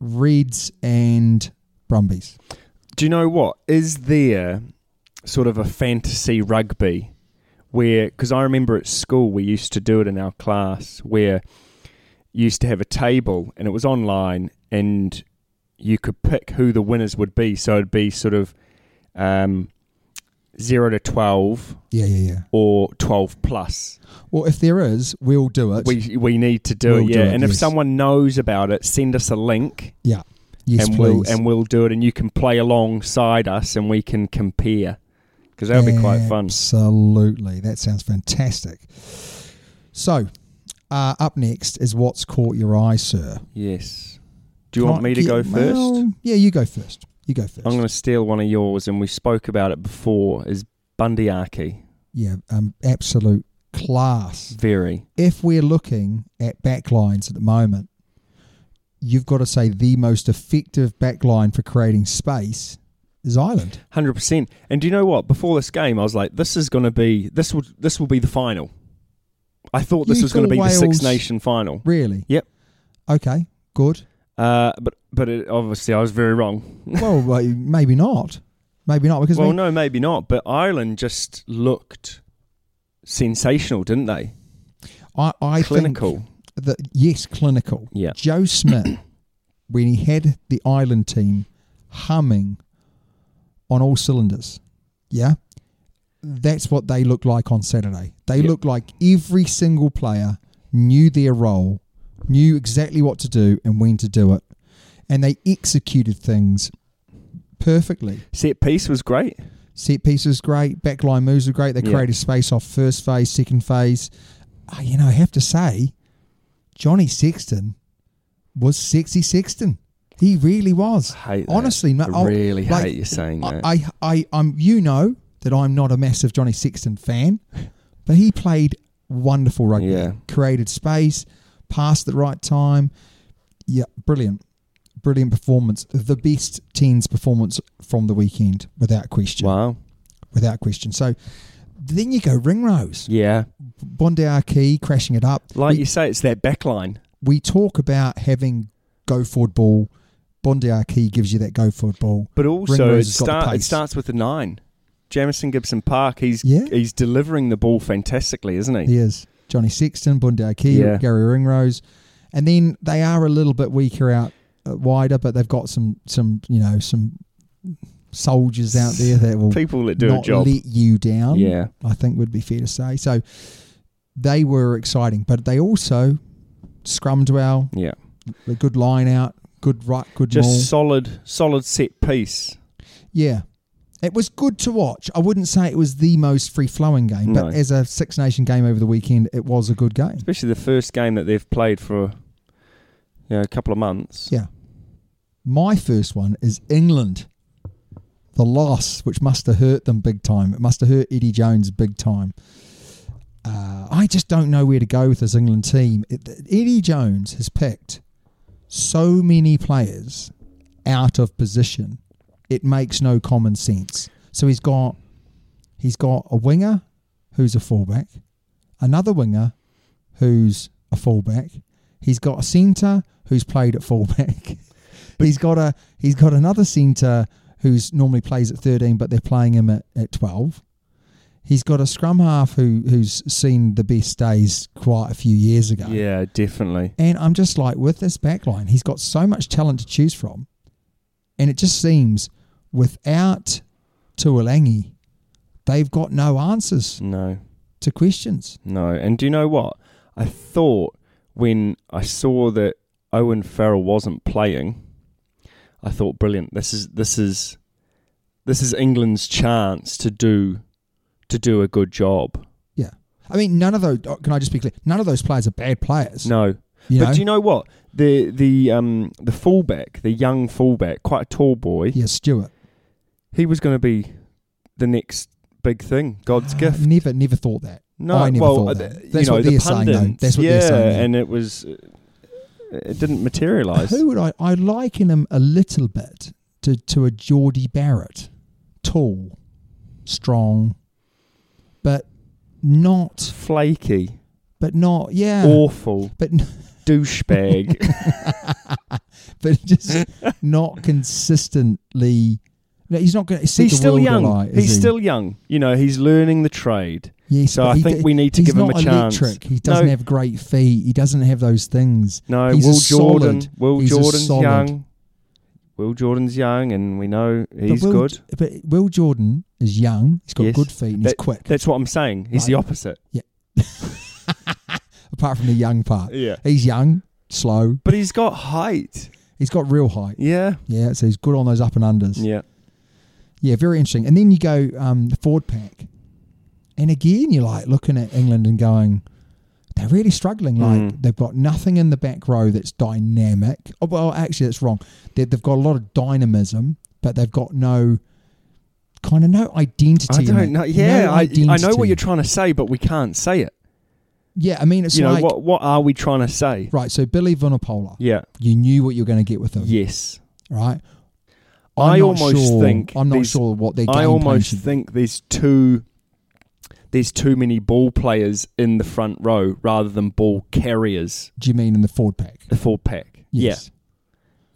Speaker 4: Reds, and Brumbies.
Speaker 3: Do you know what is there sort of a fantasy rugby where? Because I remember at school we used to do it in our class where you used to have a table and it was online and you could pick who the winners would be. So it'd be sort of um, zero to twelve
Speaker 2: Yeah, yeah, yeah.
Speaker 3: or twelve plus.
Speaker 2: Well, if there is, we'll do it.
Speaker 3: We we need to do
Speaker 2: We'll
Speaker 3: it,
Speaker 2: do
Speaker 3: yeah.
Speaker 2: it,
Speaker 3: and if
Speaker 2: yes.
Speaker 3: someone knows about it, send us a link,
Speaker 2: yeah. Yes,
Speaker 3: and
Speaker 2: please.
Speaker 3: we'll and we'll do it, and you can play alongside us, and we can compare because that'll be quite fun.
Speaker 2: Absolutely. That sounds fantastic. So, uh, up next is what's caught your eye, sir.
Speaker 3: Yes. Do you
Speaker 2: Can
Speaker 3: want
Speaker 2: I
Speaker 3: me to
Speaker 2: get-
Speaker 3: go first?
Speaker 2: Well, yeah, you go first. You go 1st
Speaker 3: I'm going to steal one of yours, and we spoke about it before. Is Bundyaki
Speaker 2: yeah, um, absolute class.
Speaker 3: very?
Speaker 2: If we're looking at backlines at the moment, you've got to say the most effective backline for creating space is Ireland.
Speaker 3: Hundred percent. And do you know what? Before this game, I was like, "This is going to be this will this will be the final." I thought this
Speaker 2: You
Speaker 3: was going to
Speaker 2: thought
Speaker 3: be the Six
Speaker 2: Wales-
Speaker 3: Nation final.
Speaker 2: Really?
Speaker 3: Yep.
Speaker 2: Okay. Good.
Speaker 3: Uh, but but it, obviously, I was very wrong.
Speaker 2: Well, well, maybe not. Maybe not because
Speaker 3: Well,
Speaker 2: we-
Speaker 3: no, maybe not. But Ireland just looked sensational, didn't they?
Speaker 2: I, I
Speaker 3: Clinical.
Speaker 2: Think that yes, clinical.
Speaker 3: Yeah.
Speaker 2: Joe Smith, when he had the Ireland team humming on all cylinders, yeah, that's what they looked like on Saturday. They
Speaker 3: Yep.
Speaker 2: looked like every single player knew their role, knew exactly what to do and when to do it, and they executed things perfectly.
Speaker 3: Set piece was great.
Speaker 2: Set pieces great, backline moves were great. They
Speaker 3: Yeah.
Speaker 2: created space off first phase, second phase. Uh, you know, I have to say, Johnny Sexton was sexy Sexton. He really was.
Speaker 3: Hate that.
Speaker 2: Honestly, no,
Speaker 3: I
Speaker 2: I'll-
Speaker 3: really
Speaker 2: like,
Speaker 3: hate you saying that.
Speaker 2: I, I, I, I'm. You know that I'm not a massive Johnny Sexton fan, but he played wonderful rugby.
Speaker 3: Yeah.
Speaker 2: Created space, passed at the right time. Yeah, brilliant, brilliant performance. The best teens performance from the weekend, without question
Speaker 3: wow.
Speaker 2: without question. So then you go Ringrose,
Speaker 3: Yeah.
Speaker 2: Bondiaki crashing it up.
Speaker 3: Like
Speaker 2: we,
Speaker 3: you say, it's that back line.
Speaker 2: we talk about having go forward ball. Bondiaki gives you that go forward ball,
Speaker 3: But also, it,
Speaker 2: Ringrose has got the
Speaker 3: start, it
Speaker 2: pace.
Speaker 3: starts with a nine. Jamison Gibson Park, he's
Speaker 2: Yeah.
Speaker 3: he's delivering the ball fantastically, isn't he?
Speaker 2: He is Johnny Sexton, Bondiaki,
Speaker 3: Yeah.
Speaker 2: Gary Ringrose, and then they are a little bit weaker out uh, wider, but they've got some some you know some soldiers out there that will
Speaker 3: People that do
Speaker 2: not
Speaker 3: a job.
Speaker 2: let you down.
Speaker 3: Yeah.
Speaker 2: I think would be fair to say. So they were exciting, but they also scrummed well.
Speaker 3: Yeah.
Speaker 2: a good line out, good right, good
Speaker 3: Just
Speaker 2: maul.
Speaker 3: solid, solid set piece.
Speaker 2: yeah. It was good to watch. I wouldn't say it was the most free flowing game,
Speaker 3: No.
Speaker 2: but as a Six Nation game over the weekend, it was a good game.
Speaker 3: Especially the first game that they've played for you know, a couple of months.
Speaker 2: Yeah. My first one is England. The loss, which must have hurt them big time. It must have hurt Eddie Jones big time. Uh, I just don't know where to go with this England team. It- Eddie Jones has picked so many players out of position. It makes no common sense. So he's got he's got a winger who's a fullback, another winger who's a fullback. He's got a centre who's played at fullback. he's got a he's got another centre who's normally plays at thirteen, but they're playing him at, at twelve. He's got a scrum half who who's seen the best days quite a few years ago.
Speaker 3: Yeah, definitely.
Speaker 2: And I'm just like, with this backline, he's got so much talent to choose from. And it just seems without Tuolangi, they've got no answers
Speaker 3: No,
Speaker 2: to questions.
Speaker 3: no. And do you know what? I thought when I saw that Owen Farrell wasn't playing, I thought, brilliant. This is this is this is England's chance to do to do a good job.
Speaker 2: Yeah. I mean, none of those, oh, can I just be clear? None of those players are bad players.
Speaker 3: No.
Speaker 2: You
Speaker 3: but
Speaker 2: know?
Speaker 3: do you know what? The the um the fullback, the young fullback, quite a tall boy,
Speaker 2: Yeah, Stuart.
Speaker 3: he was going to be the next big thing, God's gift.
Speaker 2: Ah, Never, never thought that.
Speaker 3: No,
Speaker 2: I never
Speaker 3: well,
Speaker 2: thought
Speaker 3: uh,
Speaker 2: that.
Speaker 3: you
Speaker 2: That's
Speaker 3: know,
Speaker 2: what
Speaker 3: the
Speaker 2: they're saying, though.
Speaker 3: pundits,
Speaker 2: That's what
Speaker 3: yeah,
Speaker 2: they're saying. yeah.
Speaker 3: and it was, it didn't materialise.
Speaker 2: Who would I? I liken him a little bit to to a Geordie Barrett, tall, strong, but not,
Speaker 3: Flaky,
Speaker 2: but not, yeah,
Speaker 3: awful,
Speaker 2: but
Speaker 3: douchebag.
Speaker 2: but just not consistently. No, he's not going to.
Speaker 3: he's still young.
Speaker 2: Alight,
Speaker 3: he's still young. You know, he's learning the trade.
Speaker 2: Yes,
Speaker 3: so
Speaker 2: but
Speaker 3: I
Speaker 2: he
Speaker 3: think
Speaker 2: d-
Speaker 3: we need to
Speaker 2: he's
Speaker 3: give him
Speaker 2: not
Speaker 3: a chance.
Speaker 2: Electric. He doesn't
Speaker 3: no,
Speaker 2: have great feet. He doesn't have those things.
Speaker 3: no.
Speaker 2: he's a
Speaker 3: Will Jordan.
Speaker 2: solid-
Speaker 3: Will
Speaker 2: he's a
Speaker 3: Jordan's
Speaker 2: solid-
Speaker 3: young. Will Jordan's young, and we know he's
Speaker 2: but Will,
Speaker 3: good.
Speaker 2: But Will Jordan is young. He's got
Speaker 3: Yes.
Speaker 2: good feet and
Speaker 3: That-
Speaker 2: he's quick.
Speaker 3: That's what I'm saying. He's
Speaker 2: Right.
Speaker 3: the opposite.
Speaker 2: apart from the young part,
Speaker 3: Yeah.
Speaker 2: he's young, slow.
Speaker 3: But he's got height.
Speaker 2: He's got real height.
Speaker 3: Yeah.
Speaker 2: Yeah, so he's good on those up and unders.
Speaker 3: Yeah.
Speaker 2: Yeah, very interesting. And then you go um, the Ford pack, and again you're like looking at England and going, they're really struggling. Like
Speaker 3: Mm.
Speaker 2: they've got nothing in the back row that's dynamic. Oh, well, actually, that's wrong. They, they've got a lot of dynamism, but they've got no kind of no identity. in
Speaker 3: I
Speaker 2: it.
Speaker 3: don't know. Yeah,
Speaker 2: No
Speaker 3: I, I know
Speaker 2: identity.
Speaker 3: what you're trying to say, but we can't say it.
Speaker 2: Yeah, I mean it's
Speaker 3: you know
Speaker 2: like
Speaker 3: what? What are we trying to say?
Speaker 2: right. So Billy Vunipola,
Speaker 3: Yeah.
Speaker 2: you knew what you were going to get with him,
Speaker 3: Yes.
Speaker 2: right?
Speaker 3: I
Speaker 2: not
Speaker 3: almost
Speaker 2: sure-
Speaker 3: think
Speaker 2: I'm not
Speaker 3: these-
Speaker 2: sure what their game
Speaker 3: I
Speaker 2: plan
Speaker 3: almost
Speaker 2: should-
Speaker 3: think there's too there's too many ball players in the front row rather than ball carriers.
Speaker 2: Do you mean in the Ford pack?
Speaker 3: The four pack.
Speaker 2: Yes.
Speaker 3: Yeah.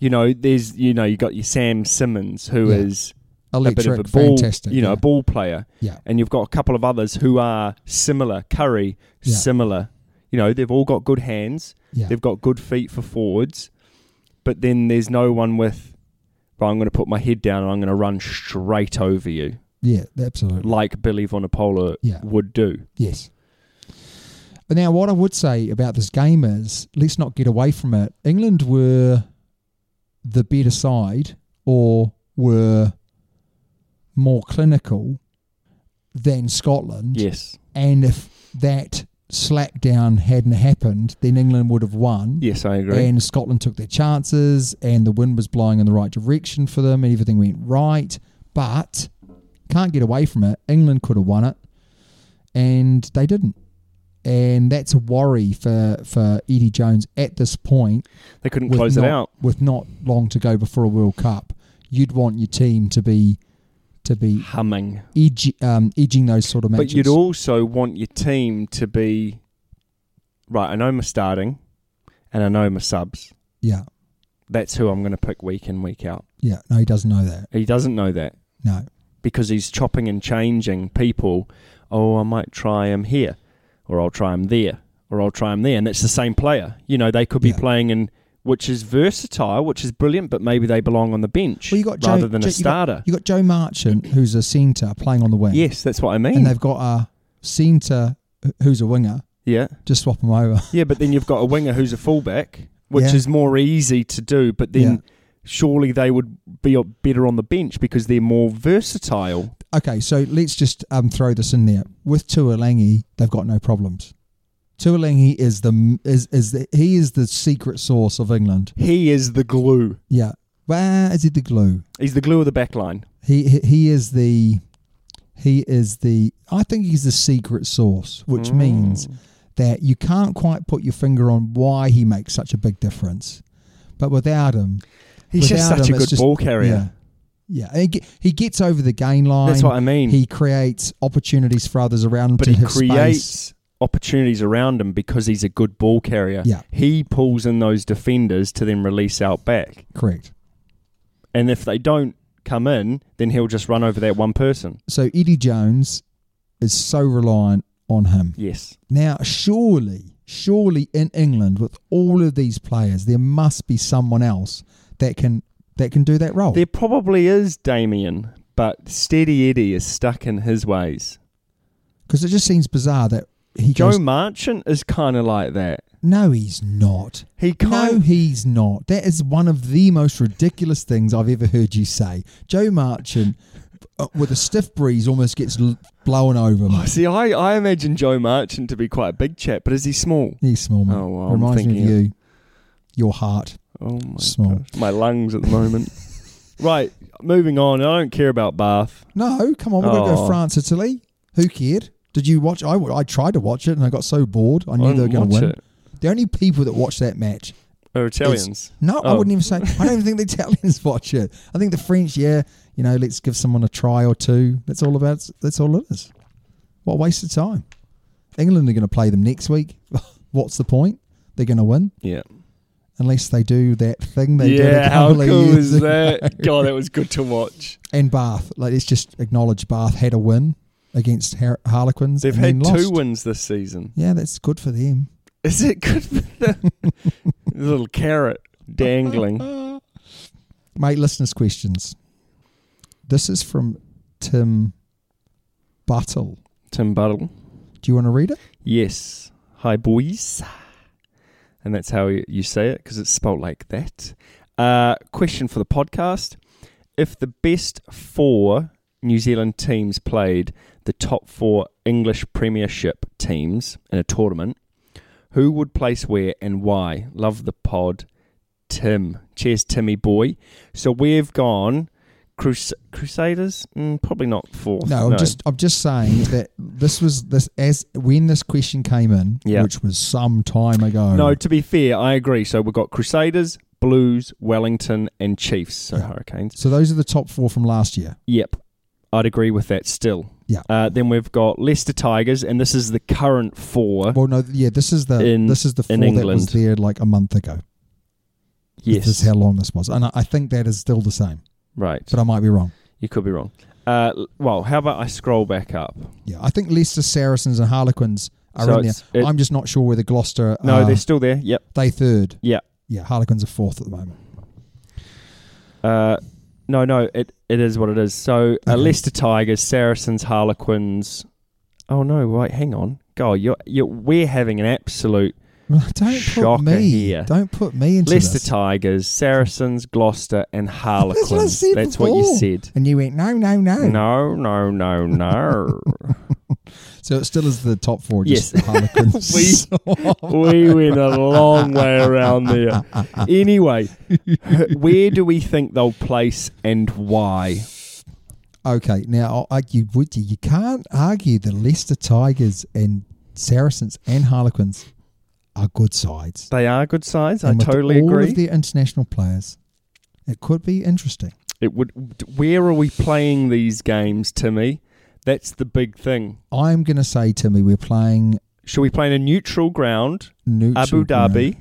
Speaker 3: You know, there's you know you got your Sam Simmons who
Speaker 2: Yeah.
Speaker 3: is
Speaker 2: Electric,
Speaker 3: a bit of a ball,
Speaker 2: fantastic.
Speaker 3: you know,
Speaker 2: yeah.
Speaker 3: a ball player.
Speaker 2: Yeah.
Speaker 3: and you've got a couple of others who are similar. Curry,
Speaker 2: Yeah.
Speaker 3: similar. You know, they've all got good hands.
Speaker 2: Yeah.
Speaker 3: They've got good feet for forwards. But then there's no one with, right, I'm going to put my head down and I'm going to run straight over you,
Speaker 2: Yeah, absolutely.
Speaker 3: like Billy Vonapola
Speaker 2: Yeah.
Speaker 3: would do.
Speaker 2: Yes. But now, what I would say about this game is let's not get away from it. England were the better side or were more clinical than Scotland.
Speaker 3: Yes.
Speaker 2: And if that slapdown hadn't happened, then England would have won.
Speaker 3: Yes, I agree.
Speaker 2: And Scotland took their chances, and the wind was blowing in the right direction for them, and everything went right. But can't get away from it. England could have won it, and they didn't. And that's a worry for, for Eddie Jones at this point.
Speaker 3: they couldn't
Speaker 2: with
Speaker 3: close
Speaker 2: not,
Speaker 3: it out.
Speaker 2: With not long to go before a World Cup, you'd want your team to be to be
Speaker 3: Humming.
Speaker 2: edgy, um, edging those sort of matches.
Speaker 3: But you'd also want your team to be, right, I know my starting and I know my subs.
Speaker 2: yeah,
Speaker 3: That's who I'm going to pick week in, week out.
Speaker 2: yeah. No, he doesn't know that.
Speaker 3: He doesn't know that.
Speaker 2: No,
Speaker 3: because he's chopping and changing people. Oh, I might try him here, or I'll try him there, or I'll try him there, and it's the same player. You know, they could be
Speaker 2: Yeah.
Speaker 3: playing in which is versatile, which is brilliant, but maybe they belong on the bench
Speaker 2: well, you got
Speaker 3: rather
Speaker 2: Joe,
Speaker 3: than
Speaker 2: Joe,
Speaker 3: a starter.
Speaker 2: You got, you got Joe Marchant, who's a centre playing on the wing.
Speaker 3: yes, that's what I
Speaker 2: and
Speaker 3: mean.
Speaker 2: they've got a centre who's a winger.
Speaker 3: Yeah,
Speaker 2: Just swap them over.
Speaker 3: yeah, but then you've got a winger who's a fullback, which
Speaker 2: Yeah.
Speaker 3: is more easy to do. But then.
Speaker 2: Yeah.
Speaker 3: Surely they would be better on the bench because they're more versatile.
Speaker 2: Okay, so let's just um, throw this in there. With Tuolangi, they've got no problems. Tuolangi is the is is the, he is the secret sauce of England.
Speaker 3: He is the glue.
Speaker 2: Yeah, where is he the glue?
Speaker 3: He's the glue of the back line.
Speaker 2: He he, he is the he is the I think he's the secret sauce, which means that you can't quite put your finger on why he makes such a big difference. But without him,
Speaker 3: He's just
Speaker 2: Without
Speaker 3: such
Speaker 2: him,
Speaker 3: a
Speaker 2: it's
Speaker 3: good
Speaker 2: just-
Speaker 3: ball carrier.
Speaker 2: Yeah, yeah. And He, ge- he gets over the gain line.
Speaker 3: That's what I mean.
Speaker 2: He creates opportunities for others around him
Speaker 3: but
Speaker 2: to
Speaker 3: he
Speaker 2: have
Speaker 3: creates
Speaker 2: space.
Speaker 3: opportunities around him because he's a good ball carrier.
Speaker 2: Yeah.
Speaker 3: He pulls in those defenders to then release out back.
Speaker 2: Correct.
Speaker 3: And if they don't come in, then he'll just run over that one person.
Speaker 2: So Eddie Jones is so reliant on him.
Speaker 3: Yes.
Speaker 2: Now, surely, surely in England with all of these players, there must be someone else that can that can do that role.
Speaker 3: There probably is Damien, but Steady Eddie is stuck in his ways.
Speaker 2: Because it just seems bizarre that he
Speaker 3: Joe
Speaker 2: goes,
Speaker 3: Marchant is kind of like that.
Speaker 2: no, he's not.
Speaker 3: He
Speaker 2: No,
Speaker 3: kind
Speaker 2: he's not. That is one of the most ridiculous things I've ever heard you say. Joe Marchant, uh, with a stiff breeze, almost gets l- blown over. mate.
Speaker 3: See, I, I imagine Joe Marchant to be quite a big chap, but is he small?
Speaker 2: He's small, mate.
Speaker 3: Oh, well, I'm
Speaker 2: Reminds me of
Speaker 3: thinking
Speaker 2: you, your heart.
Speaker 3: Oh my
Speaker 2: Small.
Speaker 3: gosh. My lungs at the moment. right, moving on. I don't care about Bath.
Speaker 2: No, come on, we're going to go
Speaker 3: Oh.
Speaker 2: France, Italy. Who cared? Did you watch? I, w- I tried to watch it and I got so bored. I knew
Speaker 3: I
Speaker 2: they were
Speaker 3: didn't
Speaker 2: going to
Speaker 3: watch
Speaker 2: win.
Speaker 3: it.
Speaker 2: The only people that watched that match
Speaker 3: Or
Speaker 2: is-
Speaker 3: Italians.
Speaker 2: No, I
Speaker 3: Oh.
Speaker 2: wouldn't even say. I don't even think the Italians watch it. I think the French, yeah, you know, let's give someone a try or two. That's all about. That's all it is. What a waste of time. England are going to play them next week. What's the point? They're going to win
Speaker 3: Yeah.
Speaker 2: unless they do that thing they did.
Speaker 3: yeah,
Speaker 2: a
Speaker 3: how
Speaker 2: couple of
Speaker 3: cool
Speaker 2: years
Speaker 3: is
Speaker 2: ago.
Speaker 3: that? God, that was good to watch.
Speaker 2: And Bath, like, let's just acknowledge Bath had a win against Har- Harlequins.
Speaker 3: They've
Speaker 2: and
Speaker 3: had
Speaker 2: then
Speaker 3: two
Speaker 2: lost.
Speaker 3: wins this season.
Speaker 2: Yeah, that's good for them.
Speaker 3: Is it good for the little carrot dangling?
Speaker 2: Mate, listeners' questions. This is from Tim Buttle.
Speaker 3: Tim Buttle.
Speaker 2: Do you want to read it?
Speaker 3: Yes. Hi, boys. And that's how you you say it because it's spelt like that. Uh, question for the podcast If the best four New Zealand teams played the top four English Premiership teams in a tournament, who would place where and why? Love the pod. Tim. Cheers, Timmy boy. So we've gone Crus- Crusaders? Mm, probably not fourth.
Speaker 2: No, I'm just I'm just saying that this was this as when this question came in,
Speaker 3: Yeah.
Speaker 2: which was some time ago.
Speaker 3: No, to be fair, I agree. So we've got Crusaders, Blues, Wellington, and Chiefs. So Hurricanes.
Speaker 2: So those are the top four from last year.
Speaker 3: Yep, I'd agree with that still.
Speaker 2: Yeah.
Speaker 3: Uh, then we've got Leicester Tigers, and this is the current four.
Speaker 2: Well, no, yeah, this is the
Speaker 3: In-
Speaker 2: this is the four
Speaker 3: in
Speaker 2: that was
Speaker 3: England.
Speaker 2: there like a month ago.
Speaker 3: yes,
Speaker 2: This is how long this was, and I, I think that is still the same,
Speaker 3: right.
Speaker 2: but I might be wrong.
Speaker 3: you could be wrong. Uh, l- well, how about I scroll back up?
Speaker 2: Yeah, I think Leicester Saracens and Harlequins are
Speaker 3: So
Speaker 2: in
Speaker 3: it's-
Speaker 2: there.
Speaker 3: it-
Speaker 2: I'm just not sure whether Gloucester.
Speaker 3: No,
Speaker 2: are,
Speaker 3: they're still there. Yep.
Speaker 2: they third.
Speaker 3: Yeah.
Speaker 2: Yeah, Harlequins are fourth at the moment.
Speaker 3: Uh, no, no, it, it is what it is. So uh, Leicester Tigers, Saracens, Harlequins. Oh no! Wait, hang on. God, you're, you're we're having an absolute
Speaker 2: Well, don't
Speaker 3: Shocker
Speaker 2: put me.
Speaker 3: here.
Speaker 2: Don't put me into
Speaker 3: Leicester
Speaker 2: this.
Speaker 3: Tigers, Saracens, Gloucester, and
Speaker 2: That's what I
Speaker 3: Harlequins.
Speaker 2: said
Speaker 3: That's what you
Speaker 2: before.
Speaker 3: said.
Speaker 2: And you went no, no, no.
Speaker 3: No, no, no, no.
Speaker 2: So it still is the top four. Just
Speaker 3: Yes.
Speaker 2: Harlequins.
Speaker 3: we went a long way around there. Anyway, where do we think they'll place and why?
Speaker 2: Okay, now I argue would you? You can't argue the Leicester Tigers and Saracens and Harlequins are good sides.
Speaker 3: They are good sides.
Speaker 2: and
Speaker 3: I
Speaker 2: with
Speaker 3: totally
Speaker 2: all
Speaker 3: agree.
Speaker 2: of their international players, it could be interesting.
Speaker 3: it would. Where are we playing these games, Timmy? That's the big thing.
Speaker 2: I'm going to say, Timmy, we're playing
Speaker 3: Shall we play in a neutral ground?
Speaker 2: neutral
Speaker 3: Abu
Speaker 2: ground.
Speaker 3: Dhabi,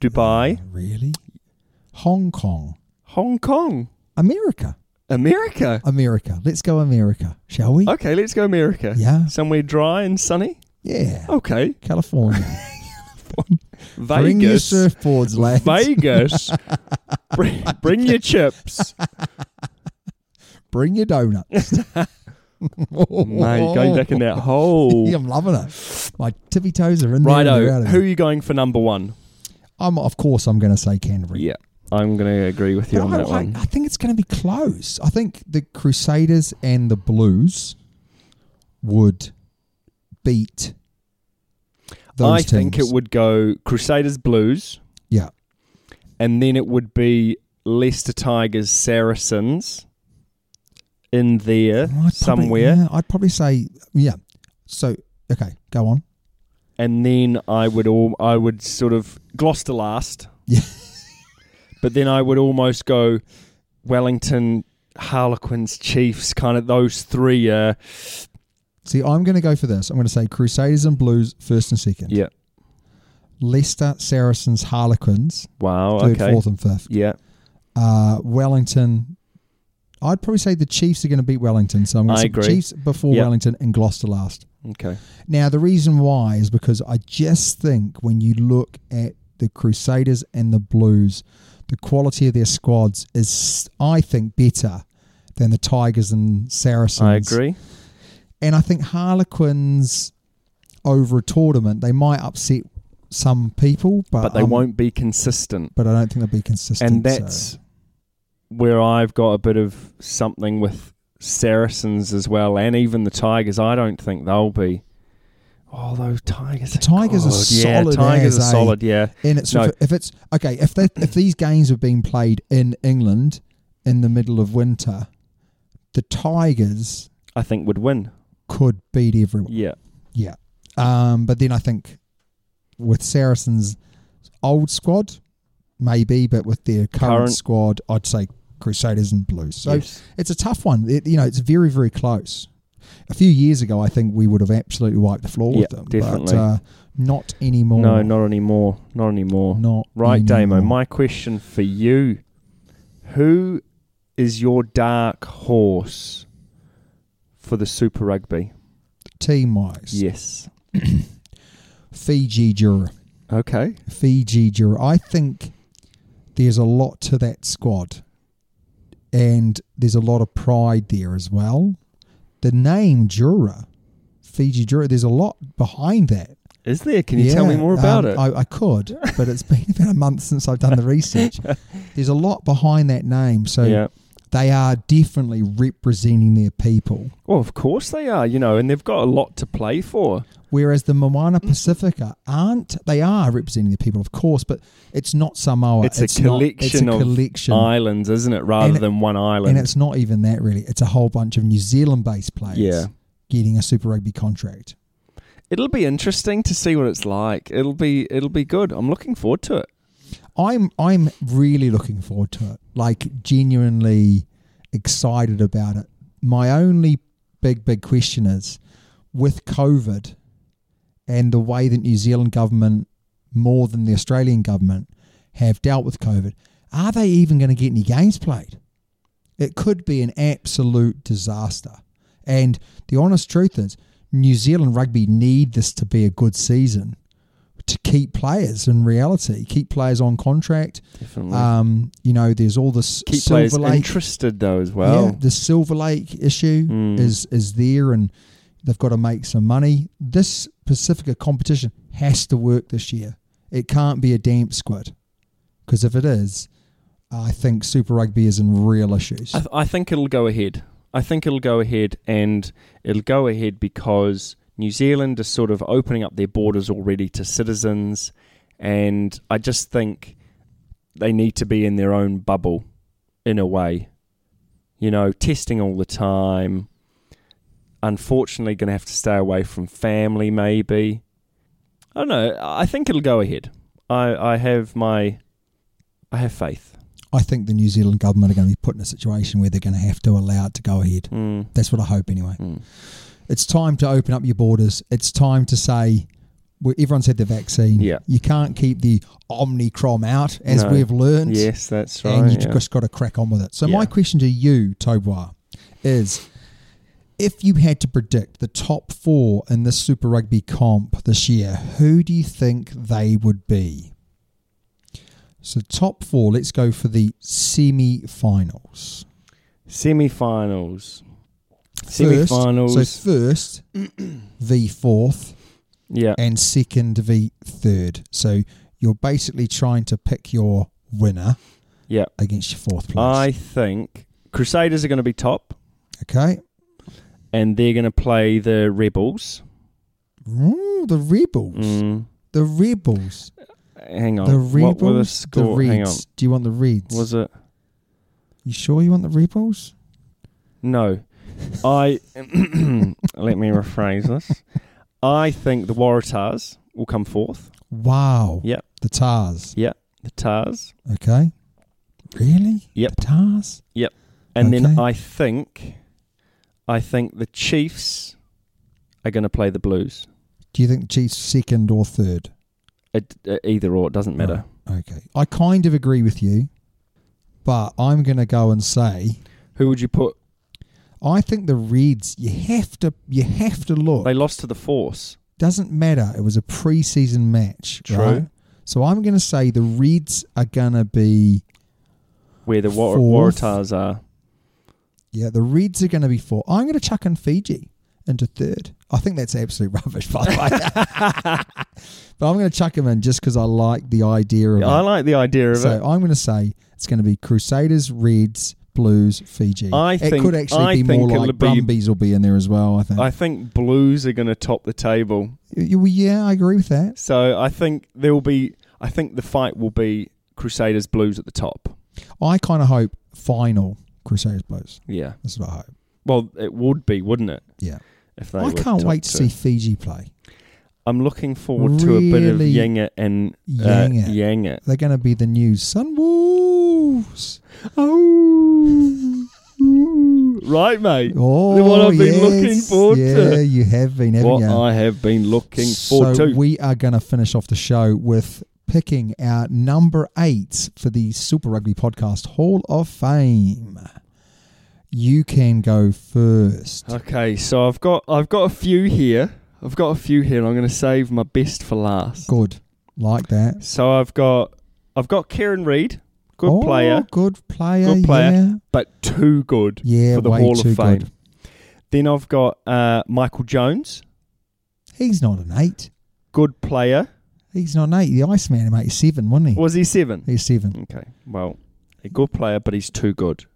Speaker 3: Dubai,
Speaker 2: Really? Hong Kong,
Speaker 3: Hong Kong,
Speaker 2: America,
Speaker 3: America.
Speaker 2: America. Let's go America, shall we?
Speaker 3: Okay, let's go America.
Speaker 2: Yeah.
Speaker 3: Somewhere dry and sunny.
Speaker 2: Yeah,
Speaker 3: Okay.
Speaker 2: California.
Speaker 3: Vegas.
Speaker 2: Bring your surfboards, lads.
Speaker 3: Vegas. bring, bring your chips.
Speaker 2: Bring your donuts.
Speaker 3: Mate, going back in that hole.
Speaker 2: Yeah, I'm loving it. My tippy toes are in there. and they're out
Speaker 3: Righto.
Speaker 2: of
Speaker 3: Who are
Speaker 2: there.
Speaker 3: you going for number one?
Speaker 2: I'm, of course, I'm going to say Canterbury.
Speaker 3: Yeah. I'm going to agree with you
Speaker 2: But
Speaker 3: on
Speaker 2: I,
Speaker 3: that
Speaker 2: I-
Speaker 3: one.
Speaker 2: I think it's going to be close. I think the Crusaders and the Blues would beat those
Speaker 3: I think
Speaker 2: teams.
Speaker 3: it would go Crusaders Blues,
Speaker 2: Yeah,
Speaker 3: and then it would be Leicester Tigers Saracens in there
Speaker 2: Well, I'd probably-
Speaker 3: somewhere.
Speaker 2: yeah, I'd probably say yeah. So okay, go on.
Speaker 3: and then I would all I would sort of Gloucester last.
Speaker 2: Yeah.
Speaker 3: but then I would almost go Wellington, Harlequins, Chiefs, kind of those three. Uh,
Speaker 2: See, I'm going to go for this. I'm going to say Crusaders and Blues first and second.
Speaker 3: yeah.
Speaker 2: Leicester, Saracens, Harlequins
Speaker 3: Wow.
Speaker 2: third,
Speaker 3: okay.
Speaker 2: fourth, and fifth.
Speaker 3: Yeah.
Speaker 2: Uh, Wellington. I'd probably say the Chiefs are going to beat Wellington, so I'm going
Speaker 3: I
Speaker 2: to say
Speaker 3: agree.
Speaker 2: Chiefs before
Speaker 3: Yeah.
Speaker 2: Wellington and Gloucester last.
Speaker 3: Okay.
Speaker 2: Now, the reason why is because I just think when you look at the Crusaders and the Blues, the quality of their squads is, I think, better than the Tigers and Saracens.
Speaker 3: I agree.
Speaker 2: And I think Harlequins over a tournament, they might upset some people, but,
Speaker 3: But they
Speaker 2: um,
Speaker 3: won't be consistent,
Speaker 2: But I don't think they'll be consistent.
Speaker 3: and
Speaker 2: so-
Speaker 3: that's where I've got a bit of something with Saracens as well, and even the Tigers. I don't think they'll be. Oh, those Tigers! The
Speaker 2: Tigers are
Speaker 3: Yeah,
Speaker 2: solid
Speaker 3: Tigers
Speaker 2: as,
Speaker 3: are
Speaker 2: eh?
Speaker 3: solid. Yeah.
Speaker 2: And it's
Speaker 3: No.
Speaker 2: if it's okay if that if these games have been played in England in the middle of winter, the Tigers
Speaker 3: I think would win.
Speaker 2: could beat everyone.
Speaker 3: Yeah.
Speaker 2: Yeah. Um, but then I think with Saracens' old squad, maybe, but with their current,
Speaker 3: Current-
Speaker 2: squad, I'd say Crusaders and Blues. So
Speaker 3: Yes.
Speaker 2: it's a tough one. It, you know, it's very very close. A few years ago, I think we would have absolutely wiped the floor with
Speaker 3: Yeah,
Speaker 2: them. But
Speaker 3: definitely.
Speaker 2: uh, not anymore.
Speaker 3: No, not anymore. Not anymore.
Speaker 2: Not
Speaker 3: right, Damo.
Speaker 2: anymore.
Speaker 3: My question for you: Who is your dark horse for the Super Rugby?
Speaker 2: team wise.
Speaker 3: Yes.
Speaker 4: E
Speaker 2: Fiji Jura.
Speaker 3: Okay.
Speaker 2: Fiji Jura. I think there's a lot to that squad.
Speaker 4: and there's a lot of pride there as well. The name Jura, Fiji Jura, there's a lot behind that.
Speaker 3: Is there? Can you tell me
Speaker 4: Yeah,
Speaker 3: more about
Speaker 4: um,
Speaker 3: it?
Speaker 4: I, I could, but it's been about a month since I've done the research. There's a lot behind that name, so
Speaker 3: yeah.
Speaker 4: they are definitely representing their people.
Speaker 3: Well, of course they are, you know, and they've got a lot to play for.
Speaker 4: Whereas the Moana Pacifica aren't, they are representing the people, of course, but it's not Samoa.
Speaker 3: It's, a
Speaker 4: not-
Speaker 3: collection
Speaker 4: Oh, it's a
Speaker 3: of
Speaker 4: collection.
Speaker 3: islands, isn't it? Rather
Speaker 4: And it-
Speaker 3: than one
Speaker 4: and
Speaker 3: island.
Speaker 4: it's not even that really. It's a whole bunch of New Zealand based players
Speaker 3: Yeah.
Speaker 4: getting a Super Rugby contract.
Speaker 3: It'll be interesting to see what it's like. It'll be it'll be good. I'm looking forward to it.
Speaker 4: I'm I'm really looking forward to it. Like genuinely excited about it. My only big big question is with COVID and the way that New Zealand government more than the Australian government have dealt with COVID, are they even going to get any games played? It could be an absolute disaster. And the honest truth is New Zealand rugby need this to be a good season to keep players in reality, keep players on contract.
Speaker 3: Definitely.
Speaker 4: Um, you know, there's all this
Speaker 3: Keep
Speaker 4: Silver
Speaker 3: players
Speaker 4: Lake.
Speaker 3: interested though as well.
Speaker 4: Yeah, the Silver Lake issue is is there, and they've got to make some money. This Pacifica competition has to work this year. It can't be a damp squid, because if it is, I think Super Rugby is in real issues.
Speaker 3: I, th- I think it'll go ahead. I think it'll go ahead, and it'll go ahead because New Zealand is sort of opening up their borders already to citizens, and I just think they need to be in their own bubble in a way. You know, testing all the time. Unfortunately, going to have to stay away from family, maybe. I don't know. I think it'll go ahead. I, I have my. I have faith.
Speaker 4: I think the New Zealand government are going to be put in a situation where they're going to have to allow it to go ahead.
Speaker 3: Mm.
Speaker 4: That's what I hope, anyway.
Speaker 3: Mm.
Speaker 4: It's time to open up your borders. It's time to say, well, everyone's had the vaccine.
Speaker 3: Yeah.
Speaker 4: You can't keep the Omnicrom out, as
Speaker 3: No.
Speaker 4: we've learned.
Speaker 3: Yes, that's right.
Speaker 4: and you
Speaker 3: yeah.
Speaker 4: just got to crack on with it. So, my
Speaker 3: Yeah.
Speaker 4: question to you, Tobwa, is if you had to predict the top four in this Super Rugby comp this year, who do you think they would be? So, top four, let's go for the semi finals.
Speaker 3: Semi-finals.
Speaker 4: Semi-finals.
Speaker 3: Semi-finals.
Speaker 4: So first v fourth
Speaker 3: yeah.
Speaker 4: and second v third. So you're basically trying to pick your winner
Speaker 3: Yeah.
Speaker 4: against your fourth
Speaker 3: I
Speaker 4: place.
Speaker 3: think Crusaders are going to be top
Speaker 4: okay.
Speaker 3: and they're going to play the Rebels.
Speaker 4: Ooh, the rebels.
Speaker 3: Mm.
Speaker 4: The rebels.
Speaker 3: Hang on.
Speaker 4: The
Speaker 3: What were the
Speaker 4: rebels.
Speaker 3: score?
Speaker 4: the
Speaker 3: Hang on.
Speaker 4: reds. Do you want the reds?
Speaker 3: Was it?
Speaker 4: you sure you want the rebels?
Speaker 3: No. I let me rephrase this. I think the Waratahs will come fourth.
Speaker 4: Wow.
Speaker 3: Yep.
Speaker 4: The Tars.
Speaker 3: Yeah. The Tars.
Speaker 4: Okay. Really?
Speaker 3: Yep.
Speaker 4: The Tars.
Speaker 3: And then
Speaker 4: Okay.
Speaker 3: I think I think the Chiefs are going to play the Blues.
Speaker 4: Do you think the Chiefs second or third?
Speaker 3: It, uh, either or, it doesn't matter.
Speaker 4: Okay. I kind of agree with you, but I'm going to go and say
Speaker 3: Who would you put?
Speaker 4: I think the Reds you have to you have to look.
Speaker 3: They lost to the Force.
Speaker 4: Doesn't matter. It was a preseason match,
Speaker 3: True.
Speaker 4: right? So I'm going to say the Reds are going to be
Speaker 3: where the War-
Speaker 4: Fourth.
Speaker 3: Waratahs are.
Speaker 4: yeah, the Reds are going to be four. I'm going to chuck in Fiji into third. I think that's absolute rubbish, by the way. but I'm going to chuck him in just because I like the idea of
Speaker 3: I
Speaker 4: it.
Speaker 3: like the idea of
Speaker 4: So
Speaker 3: it.
Speaker 4: I'm going to say it's going to be Crusaders, Reds, Blues, Fiji.
Speaker 3: I
Speaker 4: it
Speaker 3: think-
Speaker 4: could actually
Speaker 3: I
Speaker 4: be
Speaker 3: think
Speaker 4: more
Speaker 3: it'll
Speaker 4: like
Speaker 3: be-
Speaker 4: Brumbies will be in there as well. I think.
Speaker 3: I think Blues are going to top the table.
Speaker 4: Y- y- yeah, I agree with that.
Speaker 3: So I think there will be. I think the fight will be Crusaders Blues at the top.
Speaker 4: I kind of hope final Crusaders, Blues.
Speaker 3: Yeah.
Speaker 4: That's what I hope.
Speaker 3: Well, it would be, wouldn't it?
Speaker 4: Yeah.
Speaker 3: If they
Speaker 4: I
Speaker 3: were
Speaker 4: can't
Speaker 3: top
Speaker 4: wait to see
Speaker 3: two.
Speaker 4: Fiji play.
Speaker 3: I'm looking forward to a bit of
Speaker 4: Really
Speaker 3: Yanga and uh,
Speaker 4: yang it.
Speaker 3: Yanga.
Speaker 4: They're going to be the new Sunwolves.
Speaker 3: Oh. Right, mate.
Speaker 4: Oh,
Speaker 3: what I've been
Speaker 4: yes.
Speaker 3: looking forward
Speaker 4: yeah,
Speaker 3: to.
Speaker 4: you have been, haven't
Speaker 3: What
Speaker 4: you?
Speaker 3: I have been looking
Speaker 4: so
Speaker 3: forward to.
Speaker 4: we are going to finish off the show with picking our number eight for the Super Rugby Podcast Hall of Fame. You can go first.
Speaker 3: Okay, so I've got I've got a few here. I've got a few here. And I'm going to save my best for last.
Speaker 4: Good, like that.
Speaker 3: So I've got I've got Karen Reed Good
Speaker 2: Oh,
Speaker 3: player.
Speaker 2: Good player.
Speaker 3: good player,
Speaker 2: Yeah.
Speaker 3: but too good
Speaker 2: Yeah,
Speaker 3: for the
Speaker 2: way
Speaker 3: Hall
Speaker 2: too
Speaker 3: of Fame.
Speaker 2: good.
Speaker 3: Then I've got uh, Michael Jones,
Speaker 2: He's not an eight.
Speaker 3: good player.
Speaker 2: He's not an eight. The Iceman made seven, wasn't he?
Speaker 3: Was he seven?
Speaker 2: He's seven.
Speaker 3: Okay, well, a good player, but he's too good.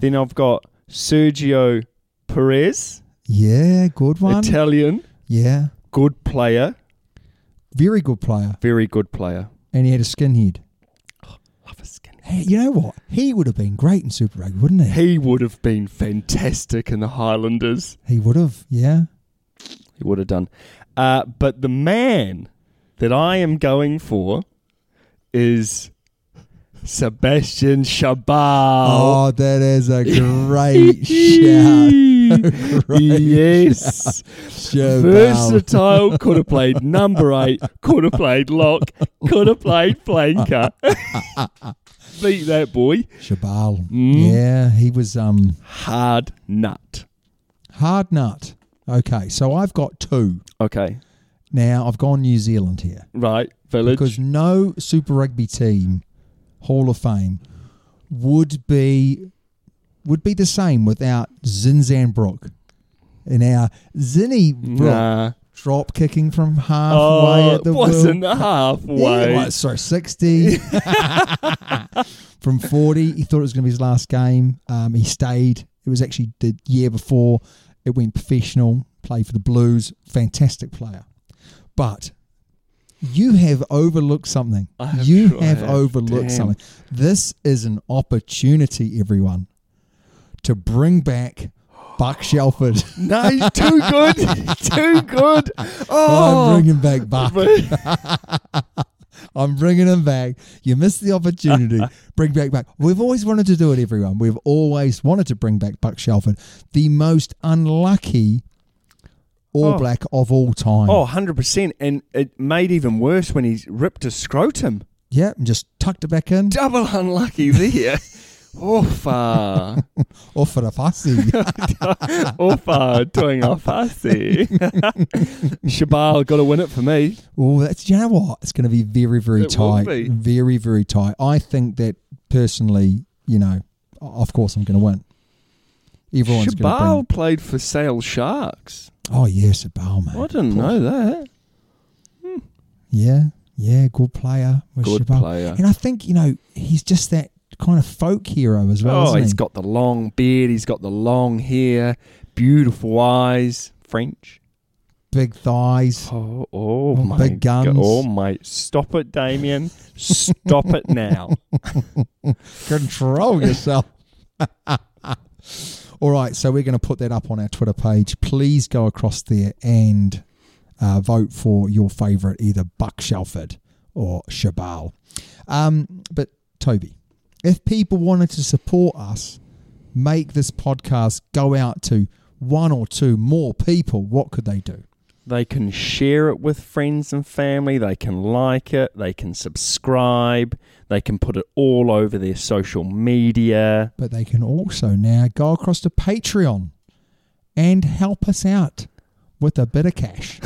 Speaker 3: Then I've got Sergio Perez,
Speaker 2: Yeah, good one.
Speaker 3: Italian,
Speaker 2: yeah,
Speaker 3: good player,
Speaker 2: very good player,
Speaker 3: very good player. Oh,
Speaker 2: and he had a skinhead.
Speaker 3: Love his skin.
Speaker 2: Hey, you know what? He would have been great in Super Rugby, wouldn't he?
Speaker 3: He would have been fantastic in the Highlanders.
Speaker 2: He would have. Yeah.
Speaker 3: He would have done. Uh, but the man that I am going for is Sebastian Shabal.
Speaker 2: Oh, that is a great shout.
Speaker 3: yes.
Speaker 2: Chabal.
Speaker 3: Versatile. Could have played number eight. Could have played lock. Could have played flanker. Beat that boy.
Speaker 2: Shabal. Mm.
Speaker 3: Mm.
Speaker 2: Yeah, he was um
Speaker 3: Hard nut.
Speaker 2: hard nut. Okay, so I've got two.
Speaker 3: Okay.
Speaker 2: Now I've gone New Zealand here.
Speaker 3: Right. Village.
Speaker 2: because no Super Rugby team Hall of Fame would be would be the same without Zinzan Brook and our Zinny Brook
Speaker 3: nah.
Speaker 2: drop kicking from halfway
Speaker 3: Oh,
Speaker 2: at
Speaker 3: it
Speaker 2: the
Speaker 3: wasn't
Speaker 2: world.
Speaker 3: halfway.
Speaker 2: Yeah, like, sorry, sixty from forty. He thought it was going to be his last game. Um, he stayed. It was actually the year before. It went professional. Played for the Blues. Fantastic player, but you have overlooked something.
Speaker 3: I have-
Speaker 2: you
Speaker 3: sure I
Speaker 2: have
Speaker 3: have.
Speaker 2: overlooked
Speaker 3: Damn.
Speaker 2: something. This is an opportunity, everyone, to bring back Buck Shelford.
Speaker 3: No, he's too good. too good.
Speaker 2: I'm
Speaker 3: Oh,
Speaker 2: bringing back Buck. I'm bringing him back. You missed the opportunity. bring back Buck. We've always wanted to do it, everyone. We've always wanted to bring back Buck Shelford, the most unlucky All
Speaker 3: Oh.
Speaker 2: Black of all time.
Speaker 3: oh, 100%. And it made even worse when he ripped his scrotum.
Speaker 2: Yeah, and just tucked it back in.
Speaker 3: Double unlucky there. Offa.
Speaker 2: Off for the fussy.
Speaker 3: Offa doing a fussy. Shabal got to win it for me.
Speaker 2: Oh, that's you know what? It's going to be very, very
Speaker 3: It will
Speaker 2: tight.
Speaker 3: be.
Speaker 2: Very, very tight. I think that personally, you know, o- of course, I'm going to win. Everyone's going to
Speaker 3: Shabal
Speaker 2: bring.
Speaker 3: played for Sale Sharks.
Speaker 2: Oh yes, a bow man.
Speaker 3: I didn't know that.
Speaker 2: Yeah, yeah, good player. was
Speaker 3: Good
Speaker 2: Shabal.
Speaker 3: player.
Speaker 2: And I think you know he's just that kind of folk hero as well.
Speaker 3: oh,
Speaker 2: isn't
Speaker 3: he's
Speaker 2: he?
Speaker 3: got the long beard. He's got the long hair. Beautiful eyes. French.
Speaker 2: big thighs.
Speaker 3: Oh, oh
Speaker 2: Oh,
Speaker 3: my
Speaker 2: big
Speaker 3: go-
Speaker 2: guns.
Speaker 3: Oh my! Stop it, Damien! Stop it now!
Speaker 2: Control yourself. All right, so we're going to put that up on our Twitter page. Please go across there and uh, vote for your favourite, either Buck Shelford or Shabal. Um, but Toby, if people wanted to support us, make this podcast go out to one or two more people, what could they do?
Speaker 3: They can share it with friends and family. They can like it. They can subscribe. They can put it all over their social media.
Speaker 2: But they can also now go across to Patreon and help us out with a bit of cash.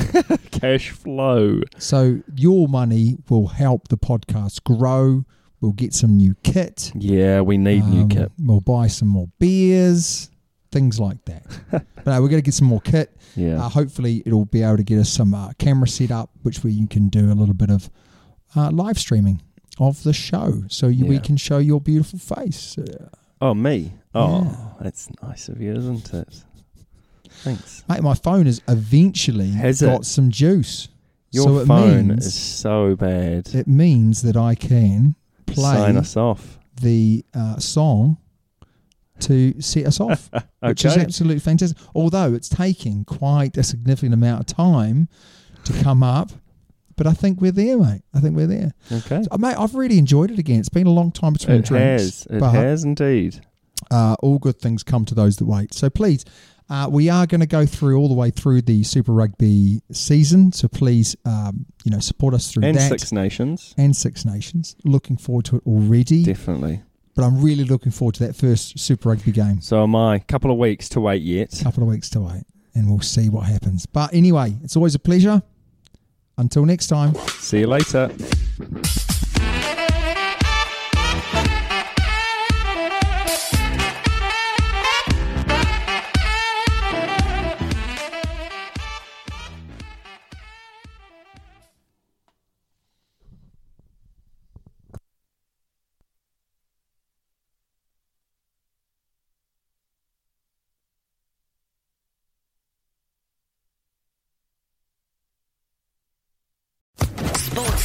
Speaker 3: Cash flow.
Speaker 2: So your money will help the podcast grow. We'll get some new kit.
Speaker 3: Yeah, we need
Speaker 2: Um,
Speaker 3: new kit.
Speaker 2: We'll buy some more beers, things like that. but no, we're going to get some more kit.
Speaker 3: Yeah.
Speaker 2: Uh, hopefully, it'll be able to get us some uh, camera set up, which we can do a little bit of uh, live streaming of the show, so you, we
Speaker 3: Yeah.
Speaker 2: can show your beautiful face. Uh,
Speaker 3: Oh me. Oh, that's nice of you, isn't it? Thanks.
Speaker 2: mate, my phone has eventually
Speaker 3: Has
Speaker 2: got
Speaker 3: it?
Speaker 2: some juice.
Speaker 3: Your
Speaker 2: so it
Speaker 3: phone
Speaker 2: means
Speaker 3: is so bad.
Speaker 2: it means that I can play
Speaker 3: Sign us off.
Speaker 2: the uh, song to set us off, which is
Speaker 3: Okay.
Speaker 2: absolutely fantastic. Although it's taking quite a significant amount of time to come up, but I think we're there, mate. I think we're there,
Speaker 3: Okay.
Speaker 2: Uh, mate. I've really enjoyed it again. It's been a long time between
Speaker 3: It
Speaker 2: drinks,
Speaker 3: has. It
Speaker 2: but
Speaker 3: has indeed.
Speaker 2: Uh, all good things come to those that wait. So please. Uh, we are going to go through all the way through the Super Rugby season, so please, um, you know, support us through
Speaker 3: And
Speaker 2: that
Speaker 3: Six Nations.
Speaker 2: and Six Nations. Looking forward to it already.
Speaker 3: Definitely.
Speaker 2: but I'm really looking forward to that first Super Rugby game.
Speaker 3: So am I. Couple of weeks to wait yet.
Speaker 2: couple of weeks to wait, and we'll see what happens. But anyway, it's always a pleasure. Until next time.
Speaker 3: See you later.
Speaker 6: Thank you.
Speaker 7: Sports